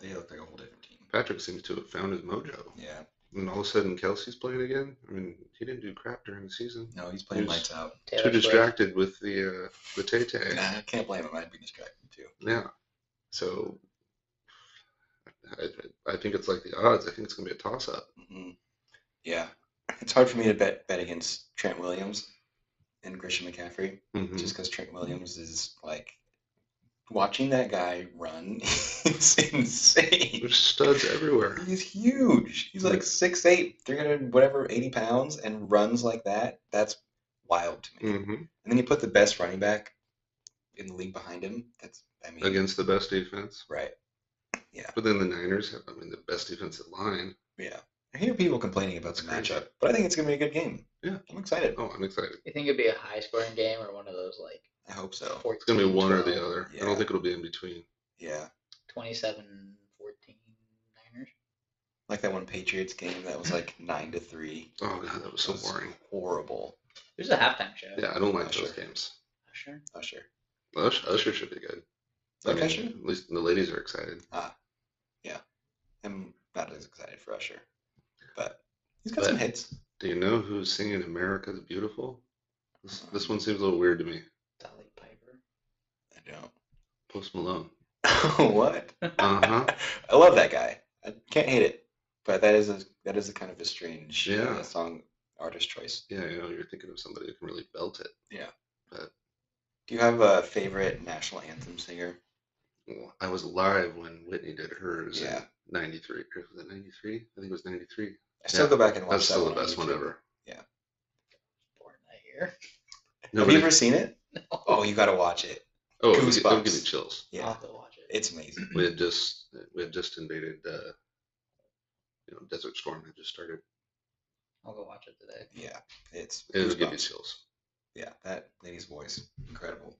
[SPEAKER 1] They look like a whole different team.
[SPEAKER 3] Patrick seems to have found his mojo.
[SPEAKER 1] Yeah.
[SPEAKER 3] And all of a sudden, Kelsey's playing again. I mean, he didn't do crap during the season.
[SPEAKER 1] No, he's playing
[SPEAKER 3] Here's-
[SPEAKER 1] lights out.
[SPEAKER 2] Taylor
[SPEAKER 3] Too
[SPEAKER 2] Swift.
[SPEAKER 3] distracted with the uh, the Tay Tay.
[SPEAKER 1] Nah, I can't blame him. I'd be distracted too.
[SPEAKER 3] Yeah. So I, I think it's like the odds. I think it's going to be a toss up.
[SPEAKER 1] Mhm. Yeah. It's hard for me to bet bet against Trent Williams and Christian McCaffrey
[SPEAKER 3] Mm.
[SPEAKER 1] just because Trent Williams is like watching that guy run is insane.
[SPEAKER 3] There's studs everywhere.
[SPEAKER 1] He's huge. He's like 6'8, 300, whatever, 80 pounds, and runs like that. That's wild to me.
[SPEAKER 3] hmm
[SPEAKER 1] And then you put the best running back in the league behind him. That's, I mean,
[SPEAKER 3] Against the best defense.
[SPEAKER 1] right.
[SPEAKER 3] But then the Niners have, I mean, the best defensive line.
[SPEAKER 1] Yeah. I hear people complaining about the
[SPEAKER 3] That's great.
[SPEAKER 1] matchup, but I think it's gonna be a good game.
[SPEAKER 3] Yeah.
[SPEAKER 1] I'm excited.
[SPEAKER 3] Oh, I'm excited.
[SPEAKER 2] You think it'd be a high scoring game or one of those like
[SPEAKER 1] I hope so.
[SPEAKER 2] 14,
[SPEAKER 3] It's gonna be one or
[SPEAKER 2] 12,
[SPEAKER 3] the other. I
[SPEAKER 1] Yeah.
[SPEAKER 3] don't think it'll be in between.
[SPEAKER 1] Yeah,
[SPEAKER 2] 27 14 Niners?
[SPEAKER 1] like that one Patriots game that was like nine to three.
[SPEAKER 3] Oh god, that was so
[SPEAKER 1] That was
[SPEAKER 3] boring.
[SPEAKER 1] Horrible.
[SPEAKER 2] There's a halftime show.
[SPEAKER 3] Yeah, I don't like
[SPEAKER 1] Usher.
[SPEAKER 3] those games.
[SPEAKER 2] Usher.
[SPEAKER 1] Usher.
[SPEAKER 3] Usher, Usher should be good. I
[SPEAKER 1] Like
[SPEAKER 3] mean,
[SPEAKER 1] Usher?
[SPEAKER 3] At least the ladies are excited.
[SPEAKER 1] I'm not as excited for Usher, but he's got some
[SPEAKER 3] But-
[SPEAKER 1] hits.
[SPEAKER 3] Do you know who's singing "America the Beautiful"? This, this one seems a little weird to me.
[SPEAKER 2] Dolly Piper.
[SPEAKER 1] I
[SPEAKER 3] Post Malone.
[SPEAKER 1] don't. what?
[SPEAKER 3] Uh huh.
[SPEAKER 1] I love that guy. I can't hate it, but that is a that is a kind of a strange uh,
[SPEAKER 3] Yeah.
[SPEAKER 1] song artist choice.
[SPEAKER 3] Yeah, you know, you're thinking of somebody who can really belt it.
[SPEAKER 1] Do you have a favorite national anthem singer?
[SPEAKER 3] Well, I was live when Whitney did hers
[SPEAKER 1] Yeah.
[SPEAKER 3] in '93. Was it '93? I think it was '93.
[SPEAKER 1] I still
[SPEAKER 3] Yeah,
[SPEAKER 1] go back and watch
[SPEAKER 3] That's
[SPEAKER 1] that
[SPEAKER 3] still
[SPEAKER 1] one
[SPEAKER 3] the
[SPEAKER 1] on
[SPEAKER 3] best one
[SPEAKER 1] YouTube.
[SPEAKER 3] ever.
[SPEAKER 2] Born that year.
[SPEAKER 1] Have you
[SPEAKER 3] Nobody.
[SPEAKER 1] ever seen it? Oh, you gotta watch it.
[SPEAKER 3] oh, it'll give- it'll
[SPEAKER 1] Goosebumps?
[SPEAKER 3] give you chills.
[SPEAKER 2] I'll
[SPEAKER 1] Yeah,
[SPEAKER 2] have to watch it.
[SPEAKER 1] it's amazing.
[SPEAKER 3] We had just we had just invaded, uh, you know, Desert Storm had just started.
[SPEAKER 2] I'll go watch it today.
[SPEAKER 1] Yeah, it's
[SPEAKER 3] It'll give you
[SPEAKER 1] goosebumps.
[SPEAKER 3] chills.
[SPEAKER 1] Yeah, that lady's voice, incredible.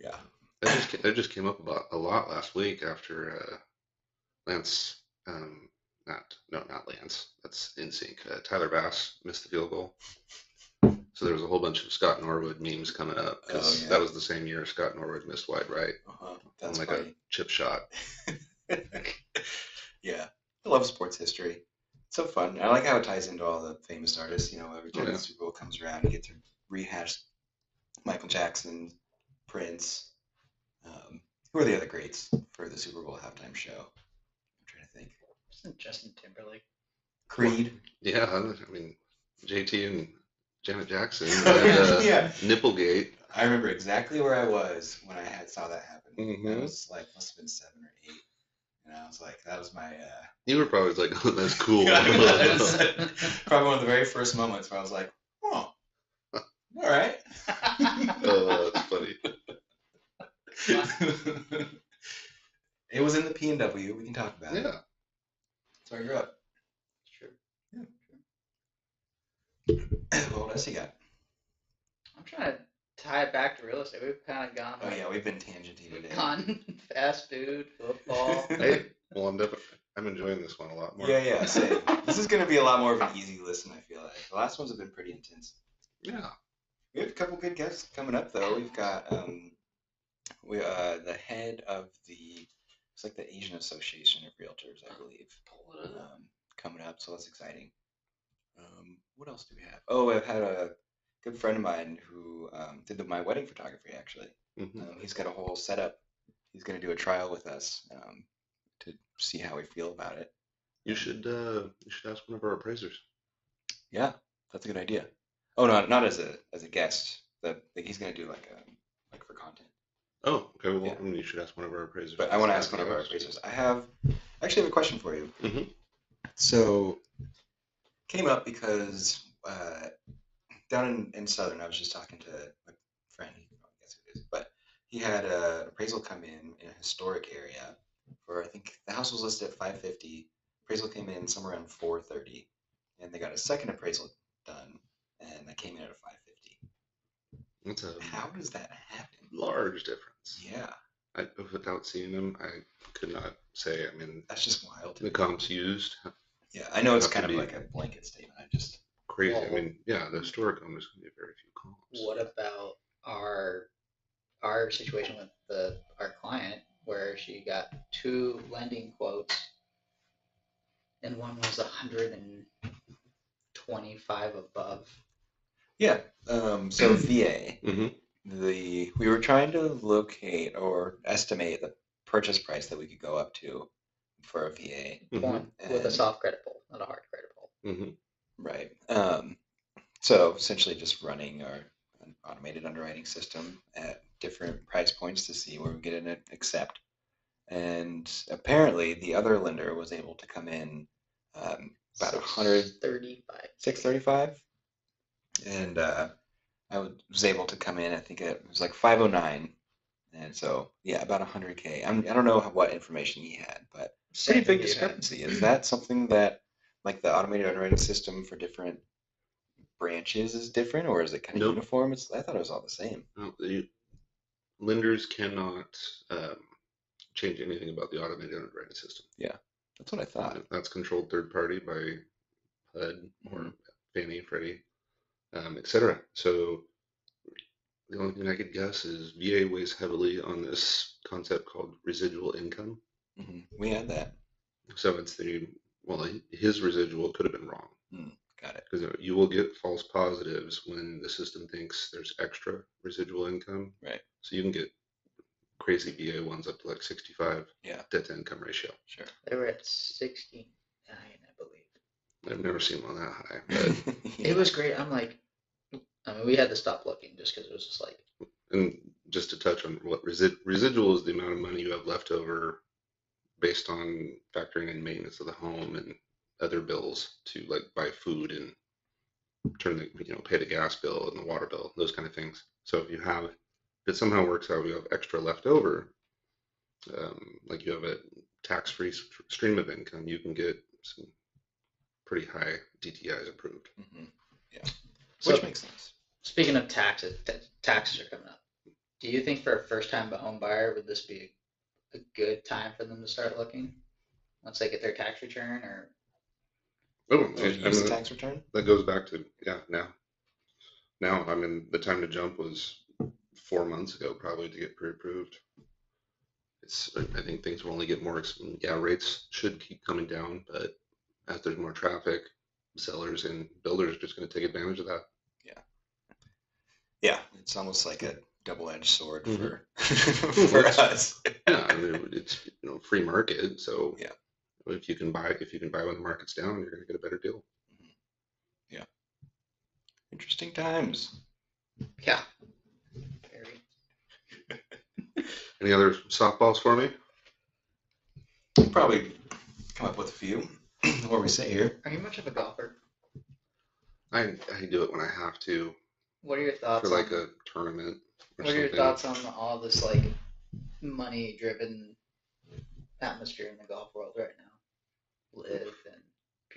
[SPEAKER 1] Yeah,
[SPEAKER 3] That just ca- that just came up about a lot last week after uh, Lance, um, not no not Lance, that's in sync. Uh, Tyler Bass missed the field goal, so there was a whole bunch of Scott Norwood memes coming up because
[SPEAKER 1] Oh, yeah.
[SPEAKER 3] that was the same year Scott Norwood missed wide right
[SPEAKER 1] uh-huh.
[SPEAKER 3] on
[SPEAKER 1] that's
[SPEAKER 3] like
[SPEAKER 1] funny.
[SPEAKER 3] a chip shot.
[SPEAKER 1] yeah, I love sports history. It's so fun. I like how it ties into all the famous artists. You know, every time
[SPEAKER 3] Oh, yeah.
[SPEAKER 1] the Super Bowl comes around, you get to rehash Michael Jackson, Prince. Um, who are the other greats for the Super Bowl halftime show? I'm trying to think.
[SPEAKER 2] Isn't Justin Timberlake?
[SPEAKER 1] Creed.
[SPEAKER 3] Yeah, I mean JT and Janet Jackson, had, uh,
[SPEAKER 1] yeah,
[SPEAKER 3] Nipplegate.
[SPEAKER 1] I remember exactly where I was when I had saw that happen. I
[SPEAKER 3] Mhm.
[SPEAKER 1] was like, must have been seven or eight, and I was like, that was my. Uh,
[SPEAKER 3] You were probably like, oh, that's cool.
[SPEAKER 1] Yeah, I was. uh,
[SPEAKER 3] yeah,
[SPEAKER 1] probably one of the very first moments where I was like, oh, all right.
[SPEAKER 3] oh, that's funny.
[SPEAKER 1] it was in the P and W. We can talk about it.
[SPEAKER 3] Yeah.
[SPEAKER 1] So I grew up.
[SPEAKER 2] Sure.
[SPEAKER 1] what else you got?
[SPEAKER 2] I'm trying to tie it back to real estate. We've kind of gone.
[SPEAKER 1] Oh yeah, we've been tangenting
[SPEAKER 2] We've
[SPEAKER 1] today.
[SPEAKER 2] gone fast food, football.
[SPEAKER 3] Hey, well, I'm definitely I'm enjoying this one a lot more.
[SPEAKER 1] Yeah, yeah. Same. this is gonna be a lot more of an easy listen. I feel like the last ones have been pretty intense.
[SPEAKER 3] Yeah.
[SPEAKER 1] We have a couple good guests coming up though. We've got um, we uh the head of the it's like the Asian Association of Realtors, I believe.
[SPEAKER 2] Pull it up.
[SPEAKER 1] um, coming up, so that's exciting. Um, what else do we have? Oh, I've had a good friend of mine who um, did the, my wedding photography actually.
[SPEAKER 3] Mhm.
[SPEAKER 1] Um, he's got a whole setup. He's going to do a trial with us um, to see how we feel about it.
[SPEAKER 3] You should uh, you should ask one of our appraisers.
[SPEAKER 1] Yeah, that's a good idea. Oh no, not as a as a guest. The, like, he's going to do like a like for content.
[SPEAKER 3] Oh, okay. Well,
[SPEAKER 1] Yeah.
[SPEAKER 3] I mean, you should ask one of our appraisers.
[SPEAKER 1] But I want to ask one of our appraisers. I have I actually have a question for you.
[SPEAKER 3] Mhm.
[SPEAKER 1] So came up because uh, down in, in Southern, I was just talking to my friend. I guess it is, but he had an appraisal come in in a historic area where I think the house was listed at 550. Appraisal came in somewhere around 430, and they got a second appraisal done, and that came in at a 550.
[SPEAKER 3] It's a
[SPEAKER 1] How does that happen?
[SPEAKER 3] large difference.
[SPEAKER 1] Yeah,
[SPEAKER 3] I, without seeing them, I could not say. I mean,
[SPEAKER 1] that's just wild.
[SPEAKER 3] the comps used
[SPEAKER 1] Yeah, I know it's
[SPEAKER 3] Have to
[SPEAKER 1] kind of
[SPEAKER 3] be-
[SPEAKER 1] like a blanket statement. I just
[SPEAKER 3] crazy. I
[SPEAKER 2] Well-
[SPEAKER 3] mean, yeah, the historic home is going to be very few comps.
[SPEAKER 2] What about our our situation with the our client where she got two lending quotes and one was 125 above.
[SPEAKER 1] yeah. Um, so VA.
[SPEAKER 3] Mhm.
[SPEAKER 1] the we were trying to locate or estimate the purchase price that we could go up to for a VA,
[SPEAKER 3] Mhm.
[SPEAKER 2] One with a
[SPEAKER 1] Mm-hmm. And-
[SPEAKER 2] soft credit pull, not a hard credit pull.
[SPEAKER 3] Mhm.
[SPEAKER 1] right? Um, so essentially, just running our automated underwriting system at different price points to see where we get an accept. And apparently, the other lender was able to come in um, About a hundred-
[SPEAKER 2] 35.
[SPEAKER 1] six thirty-five, and uh, I would- was able to come in. I think it was like five oh nine, and so yeah, about hundred k. I'm I don't know what information he had, but pretty
[SPEAKER 2] sending
[SPEAKER 1] big
[SPEAKER 2] the event.
[SPEAKER 1] discrepancy. Is that something that, like the automated underwriting system for different branches is different, or is it kind of
[SPEAKER 3] Nope.
[SPEAKER 1] uniform? It's, I thought it was all the same.
[SPEAKER 3] No, the lenders cannot um, change anything about the automated underwriting system.
[SPEAKER 1] That's what I thought.
[SPEAKER 3] That's controlled third party by HUD or
[SPEAKER 1] Mhm.
[SPEAKER 3] Fannie, Freddie, um, et cetera. So the only thing I could guess is VA weighs heavily on this concept called residual income.
[SPEAKER 1] hmm We had that.
[SPEAKER 3] So it's the, well, his residual could have been wrong.
[SPEAKER 1] Got it.
[SPEAKER 3] Because you will get false positives when the system thinks there's extra residual income.
[SPEAKER 1] Right.
[SPEAKER 3] So you can get crazy VA ones up to like 65
[SPEAKER 1] Yeah.
[SPEAKER 3] debt to income ratio.
[SPEAKER 1] Sure.
[SPEAKER 2] They were at 69, I believe.
[SPEAKER 3] I've never seen one that high, but
[SPEAKER 2] It was great. I'm like, I mean, we had to stop looking just because it was just like,
[SPEAKER 3] and just to touch on what resi- residual is the amount of money you have left over based on factoring in maintenance of the home and other bills to like buy food and turn the you know pay the gas bill and the water bill those kind of things so if you have if it somehow works out you have extra left over um, like you have a tax-free s- stream of income you can get some pretty high dtis approved
[SPEAKER 1] Mhm.
[SPEAKER 2] So-
[SPEAKER 1] Which makes sense.
[SPEAKER 2] speaking of taxes, ta taxes are coming up. Do you think for a first time home buyer, would this be a good time for them to start looking once they get their tax return or?
[SPEAKER 3] oh
[SPEAKER 1] Oh,
[SPEAKER 3] I-
[SPEAKER 1] you
[SPEAKER 3] I'm
[SPEAKER 1] use the
[SPEAKER 3] gonna-
[SPEAKER 1] tax return?
[SPEAKER 3] that goes back to yeah now now i mean the time to jump was four months ago probably to get pre-approved it's i think things will only get more ex- yeah rates should keep coming down but as there's more traffic sellers and builders are just going to take advantage of that
[SPEAKER 1] Yeah, it's almost like a double-edged sword
[SPEAKER 3] Mhm.
[SPEAKER 1] for for
[SPEAKER 3] that's-
[SPEAKER 1] us.
[SPEAKER 3] yeah i mean it's you know free market so
[SPEAKER 1] Yeah.
[SPEAKER 3] if you can buy if you can buy when the market's down you're going to get a better deal
[SPEAKER 1] Interesting times.
[SPEAKER 2] Yeah. Very.
[SPEAKER 3] any other softballs for me
[SPEAKER 1] Probably come up with a few. what we say here.
[SPEAKER 2] Are you much of a golfer?
[SPEAKER 3] i i do it when i have to
[SPEAKER 2] What are your thoughts?
[SPEAKER 3] for like
[SPEAKER 2] on,
[SPEAKER 3] a tournament or
[SPEAKER 2] what are your
[SPEAKER 3] something.
[SPEAKER 2] thoughts on all this like money driven atmosphere in the golf world right now? Live and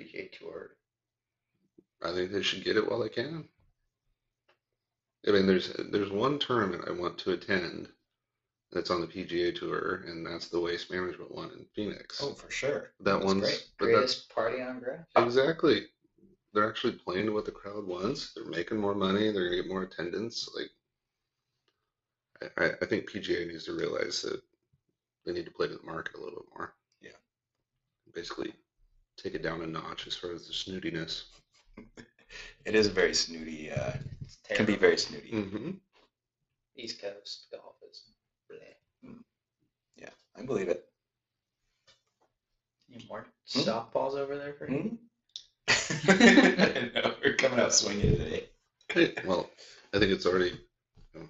[SPEAKER 2] PGA Tour.
[SPEAKER 3] I think they should get it while they can. I mean, there's there's one tournament I want to attend that's on the PGA Tour, and that's the Waste Management one in Phoenix.
[SPEAKER 1] Oh, for sure.
[SPEAKER 3] that
[SPEAKER 1] that's
[SPEAKER 3] one's
[SPEAKER 1] great.
[SPEAKER 3] but that's
[SPEAKER 2] Greatest party on grass.
[SPEAKER 3] exactly. They're actually playing to what the crowd wants. They're making more money. They're gonna get more attendance. Like, I, I- I think PGA needs to realize that they need to play to the market a little bit more.
[SPEAKER 1] Yeah.
[SPEAKER 3] Basically, take it down a notch as far as the snootiness.
[SPEAKER 1] It is very snooty. Uh,
[SPEAKER 2] It's
[SPEAKER 1] can be
[SPEAKER 2] terrible.
[SPEAKER 1] very snooty.
[SPEAKER 3] Mm-hmm.
[SPEAKER 2] East Coast golf is bleh.
[SPEAKER 1] I believe it.
[SPEAKER 2] Any more
[SPEAKER 1] Hmm?
[SPEAKER 2] softballs over there for you?
[SPEAKER 1] Hmm? I know, we're coming out swinging today.
[SPEAKER 3] Hey, well, I think it's already. oh,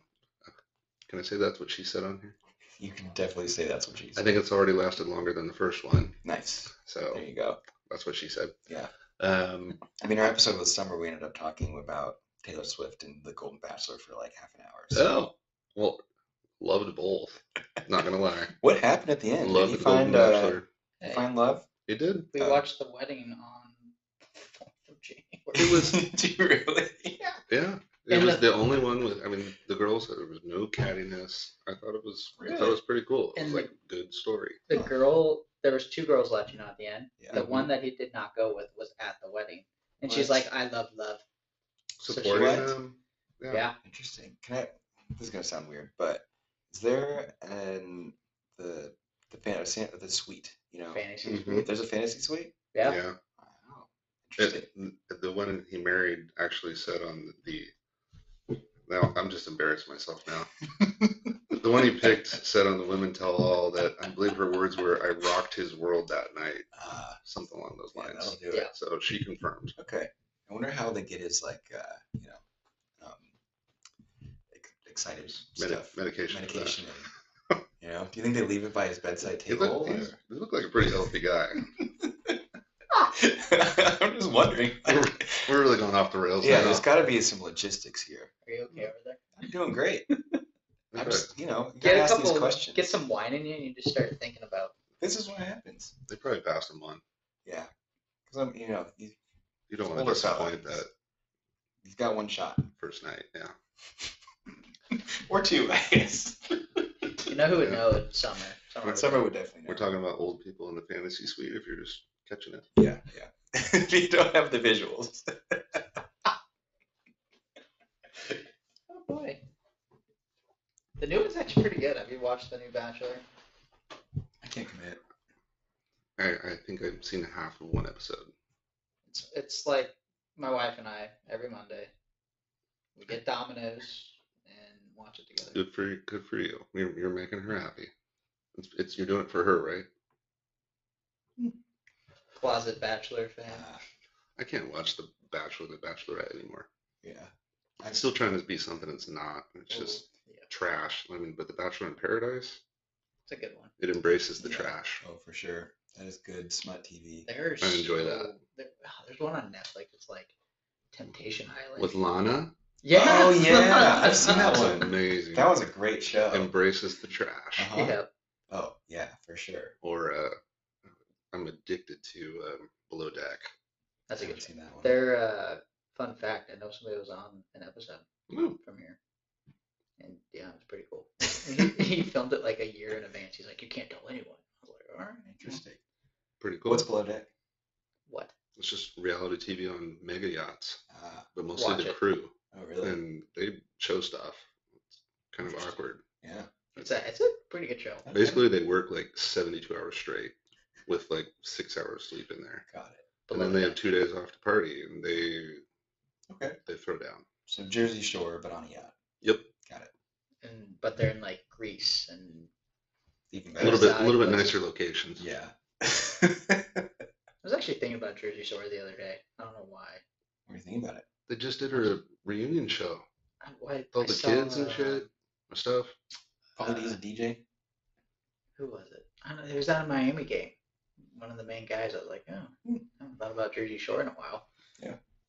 [SPEAKER 3] Can I say that's what she said on here?
[SPEAKER 1] You can definitely say that's what she
[SPEAKER 3] I
[SPEAKER 1] said.
[SPEAKER 3] think it's already lasted longer than the first one,
[SPEAKER 1] Nice.
[SPEAKER 3] so
[SPEAKER 1] There you go.
[SPEAKER 3] that's what she said.
[SPEAKER 1] Yeah.
[SPEAKER 3] Um,
[SPEAKER 1] I mean, our episode of the summer, we ended up talking about Taylor Swift and the Golden Bachelor for like half an hour. So
[SPEAKER 3] oh, well, loved both. Not gonna lie,
[SPEAKER 1] What happened at the end?
[SPEAKER 3] loved
[SPEAKER 1] Did
[SPEAKER 3] the
[SPEAKER 1] he
[SPEAKER 3] Golden
[SPEAKER 1] find, uh,
[SPEAKER 3] Bachelor.
[SPEAKER 2] Hey,
[SPEAKER 1] find love?
[SPEAKER 3] It did.
[SPEAKER 2] we
[SPEAKER 1] uh,
[SPEAKER 2] watched the wedding on the 4th of January.
[SPEAKER 3] It was-
[SPEAKER 1] Do you really?
[SPEAKER 3] Yeah, it
[SPEAKER 2] And
[SPEAKER 3] was
[SPEAKER 2] the-
[SPEAKER 3] the only one with. I mean, the girls. There was no cattiness. I thought it was. I thought it
[SPEAKER 1] Really?
[SPEAKER 3] was pretty cool. It was
[SPEAKER 2] And
[SPEAKER 3] like a good story.
[SPEAKER 2] The girl, there was two girls left, you know, at the end. The
[SPEAKER 1] Yeah.
[SPEAKER 3] Mhm.
[SPEAKER 2] one that he did not go with was at the wedding, and she's
[SPEAKER 1] What?
[SPEAKER 2] like, "I love love." So she
[SPEAKER 3] Supporting
[SPEAKER 1] liked-
[SPEAKER 3] them.
[SPEAKER 2] Yeah,
[SPEAKER 3] Yeah.
[SPEAKER 1] Interesting. Can I? This is gonna sound weird, but is there an the the fan san- the suite? You know,
[SPEAKER 2] fantasy.
[SPEAKER 3] Mhm.
[SPEAKER 2] suite.
[SPEAKER 1] there's a fantasy suite.
[SPEAKER 2] Mm-hmm. Yeah.
[SPEAKER 3] yeah.
[SPEAKER 1] Wow. Interesting.
[SPEAKER 3] It, the one he married actually said on the. Now I'm just embarrassed myself now. the one he picked said on the Women Tell All that I believe her words were "I rocked his world that night,"
[SPEAKER 1] Uh,
[SPEAKER 3] something along those
[SPEAKER 1] yeah, that'll
[SPEAKER 3] lines.
[SPEAKER 1] do it.
[SPEAKER 2] Yeah.
[SPEAKER 3] So she confirmed.
[SPEAKER 1] Okay. I wonder how they get his like uh, you know um, ex- excited
[SPEAKER 3] Medi-
[SPEAKER 1] stuff
[SPEAKER 3] medication. for that.
[SPEAKER 1] medication. and- you know, do you think they leave it by his bedside
[SPEAKER 3] He
[SPEAKER 1] table?
[SPEAKER 3] looked, he's- he looked like a pretty healthy guy.
[SPEAKER 1] or- I'm just wondering.
[SPEAKER 3] we're, we're really going off the rails
[SPEAKER 1] yeah,
[SPEAKER 3] now.
[SPEAKER 1] there's got to be some logistics here.
[SPEAKER 2] Are you okay over there?
[SPEAKER 1] I'm doing great. I'm
[SPEAKER 3] Okay.
[SPEAKER 1] just, you know, you
[SPEAKER 2] Get
[SPEAKER 1] gotta
[SPEAKER 2] a
[SPEAKER 1] ask these
[SPEAKER 2] couple.
[SPEAKER 1] questions.
[SPEAKER 2] Get some wine in you, and you just start thinking about
[SPEAKER 1] This is what happens.
[SPEAKER 3] They probably passed him on.
[SPEAKER 1] Yeah, because I'm, you know, he's,
[SPEAKER 3] You don't
[SPEAKER 1] It's
[SPEAKER 3] want to
[SPEAKER 1] older fella.
[SPEAKER 3] disappoint that
[SPEAKER 1] he's got one shot
[SPEAKER 3] first night. Yeah.
[SPEAKER 1] or two, I guess.
[SPEAKER 2] You know who would
[SPEAKER 3] Yeah.
[SPEAKER 2] know it? Summer. Summer.
[SPEAKER 1] But
[SPEAKER 2] would
[SPEAKER 1] Summer
[SPEAKER 2] know.
[SPEAKER 1] would definitely know.
[SPEAKER 3] We're talking about old people in the fantasy suite if you're just catching it.
[SPEAKER 1] Yeah, yeah. you don't have the visuals.
[SPEAKER 2] Oh boy. The new one's actually pretty good. Have you watched the new Bachelor?
[SPEAKER 1] I can't commit.
[SPEAKER 3] I, I think I've seen half of one episode.
[SPEAKER 2] It's it's like my wife and I every Monday. We get Dominoes and watch it together.
[SPEAKER 3] Good for you. Good for you. You're, you're making her happy. It's, it's you're doing it for her, right?
[SPEAKER 2] Closet Bachelor fan.
[SPEAKER 3] Ah,
[SPEAKER 1] Uh,
[SPEAKER 3] I can't watch The Bachelor, The Bachelorette anymore.
[SPEAKER 1] yeah.
[SPEAKER 3] I'm still trying to be something it's not. It's
[SPEAKER 1] Oh.
[SPEAKER 2] Ooh,
[SPEAKER 3] just
[SPEAKER 2] yeah,
[SPEAKER 3] trash. I mean, but The Bachelor in Paradise,
[SPEAKER 2] it's a good one.
[SPEAKER 3] it embraces the
[SPEAKER 1] Yeah.
[SPEAKER 3] trash.
[SPEAKER 1] Oh, for sure. That is good smut TV.
[SPEAKER 2] There's
[SPEAKER 3] I enjoy that.
[SPEAKER 2] there- oh, there's one on Netflix. It's like Temptation Island.
[SPEAKER 3] With Lana,
[SPEAKER 2] yeah.
[SPEAKER 1] Oh, yeah, I've seen that
[SPEAKER 3] that's
[SPEAKER 1] one.
[SPEAKER 3] amazing.
[SPEAKER 1] That was a great show.
[SPEAKER 3] embraces the trash.
[SPEAKER 1] Uh-huh.
[SPEAKER 2] Yeah.
[SPEAKER 1] Oh, yeah, for sure.
[SPEAKER 3] Or uh, I'm addicted to um, Below Deck.
[SPEAKER 2] That's a
[SPEAKER 1] I
[SPEAKER 2] good
[SPEAKER 1] haven't
[SPEAKER 2] show.
[SPEAKER 1] seen that one.
[SPEAKER 2] There. Uh, fun fact: I know somebody was on an episode
[SPEAKER 1] Hmm.
[SPEAKER 3] Ooh,
[SPEAKER 2] from here, and yeah, it was pretty cool. he, he filmed it like a year in advance. He's like, you can't tell anyone. I was like, all right,
[SPEAKER 1] Interesting.
[SPEAKER 3] pretty cool.
[SPEAKER 1] What's below deck?
[SPEAKER 2] what?
[SPEAKER 3] it's just reality TV on mega yachts,
[SPEAKER 1] Ah,
[SPEAKER 3] but mostly
[SPEAKER 2] Watch
[SPEAKER 3] the
[SPEAKER 2] it.
[SPEAKER 3] crew,
[SPEAKER 1] oh, really?
[SPEAKER 3] and they show stuff. It's kind of awkward.
[SPEAKER 1] yeah.
[SPEAKER 2] It's a it's a pretty good show.
[SPEAKER 1] Okay.
[SPEAKER 3] Basically, they work like 72 hours straight with like six hours sleep in there,
[SPEAKER 1] Got it.
[SPEAKER 2] But
[SPEAKER 3] and then they have two days off to party, and they
[SPEAKER 1] Okay.
[SPEAKER 3] they throw down.
[SPEAKER 1] So Jersey Shore, but on a yacht.
[SPEAKER 3] Yep.
[SPEAKER 1] Got it.
[SPEAKER 2] and but they're in like Greece and
[SPEAKER 1] Even
[SPEAKER 3] A
[SPEAKER 1] better.
[SPEAKER 3] little bit, a
[SPEAKER 2] Outside
[SPEAKER 3] little bit
[SPEAKER 2] places.
[SPEAKER 3] nicer locations.
[SPEAKER 1] Yeah.
[SPEAKER 2] I was actually thinking about Jersey Shore the other day. I don't know why.
[SPEAKER 1] what do you think about it?
[SPEAKER 3] They just did a reunion show.
[SPEAKER 2] I, why
[SPEAKER 3] All
[SPEAKER 2] I
[SPEAKER 3] the
[SPEAKER 2] saw,
[SPEAKER 3] kids and
[SPEAKER 2] uh,
[SPEAKER 3] shit, and stuff.
[SPEAKER 1] Pauly D's a DJ.
[SPEAKER 2] Who was it? I don't know. It was on a Miami game. One of the main guys. I was like, oh, hmm, I haven't thought about Jersey Shore in a while.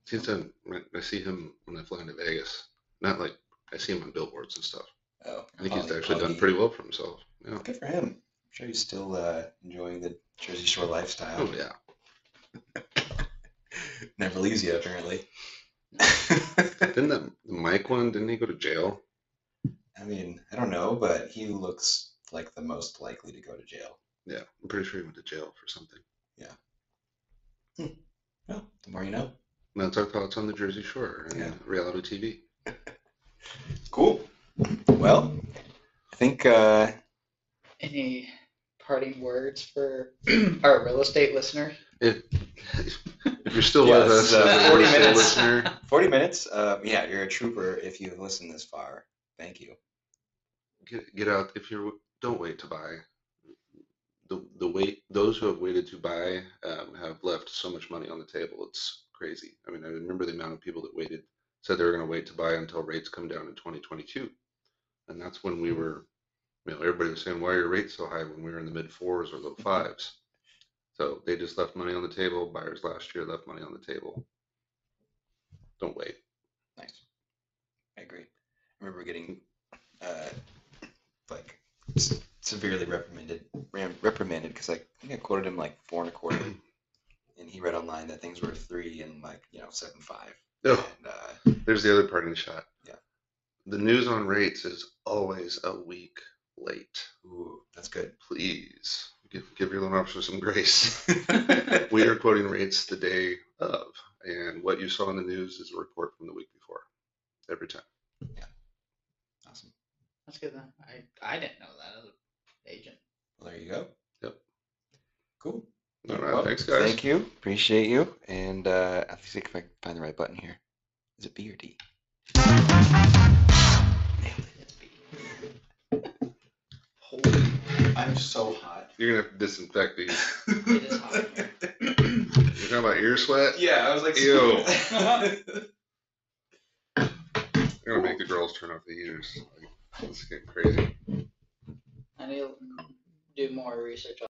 [SPEAKER 3] Since I'm, I see him when I fly into Vegas. Not like I see him on billboards and stuff.
[SPEAKER 1] Oh,
[SPEAKER 3] I think he's
[SPEAKER 1] Pauly-
[SPEAKER 3] actually done
[SPEAKER 1] Pauly.
[SPEAKER 3] pretty well for himself. Yeah.
[SPEAKER 1] Good for him. I'm sure he's still uh, enjoying the Jersey Shore lifestyle.
[SPEAKER 3] Oh yeah.
[SPEAKER 1] Never leaves you, apparently.
[SPEAKER 3] Didn't that the Mike one? Didn't he go to jail?
[SPEAKER 1] I mean, I don't know, but he looks like the most likely to go to jail.
[SPEAKER 3] Yeah, I'm pretty sure he went to jail for something.
[SPEAKER 1] Well, the more you know.
[SPEAKER 3] And that's our thoughts on the Jersey Shore and
[SPEAKER 1] Yeah.
[SPEAKER 3] reality TV.
[SPEAKER 1] Cool. Well, I think uh,
[SPEAKER 2] Any parting words for our real estate listener?
[SPEAKER 3] If you're still
[SPEAKER 1] Yeah,
[SPEAKER 3] with
[SPEAKER 1] this
[SPEAKER 3] us,
[SPEAKER 1] is, uh,
[SPEAKER 3] as
[SPEAKER 1] 40
[SPEAKER 3] a real estate
[SPEAKER 1] minutes.
[SPEAKER 3] listener,
[SPEAKER 1] 40 minutes. Uh, yeah, you're a trooper if you've listened this far. Thank you.
[SPEAKER 3] get, get out. If you don't wait to buy, the the wait those who have waited to buy um, have left so much money on the table. It's crazy. I mean, I remember the amount of people that waited said they were going to wait to buy until rates come down in 2022, and that's when we were, you know, everybody was saying why are your rates so high when we were in the mid fours or low fives. So they just left money on the table. Buyers last year left money on the table. Don't wait.
[SPEAKER 1] Nice. I agree. I remember getting uh, like s- severely reprimanded, ram- reprimanded because I think I quoted him like four and a quarter, and he read online that things were three and like you know seven five.
[SPEAKER 3] Ugh.
[SPEAKER 1] And uh,
[SPEAKER 3] There's the other part in the shot.
[SPEAKER 1] Yeah.
[SPEAKER 3] The news on rates is always a week late.
[SPEAKER 1] ooh, that's good.
[SPEAKER 3] Please give, give your loan officer some grace. we are quoting rates the day of, and what you saw in the news is a report from the week before every time.
[SPEAKER 1] Awesome.
[SPEAKER 2] That's good. Then. I I didn't know that as an agent.
[SPEAKER 1] Well, there you go.
[SPEAKER 3] Yep.
[SPEAKER 1] Cool.
[SPEAKER 3] All right.
[SPEAKER 1] Well,
[SPEAKER 3] thanks, guys.
[SPEAKER 1] Thank you. Appreciate you. And uh, I'll see if I can find the right button here. Is it B or D? Nailed it.
[SPEAKER 2] It's be-
[SPEAKER 1] Holy, I'm so hot.
[SPEAKER 3] You're going to have to disinfect these.
[SPEAKER 2] It is hot in here.
[SPEAKER 3] You're talking about ear sweat?
[SPEAKER 1] Yeah, I was like,
[SPEAKER 3] Ew. You're going to make the girls turn off the ears. Like, It's getting crazy.
[SPEAKER 2] I need to do more research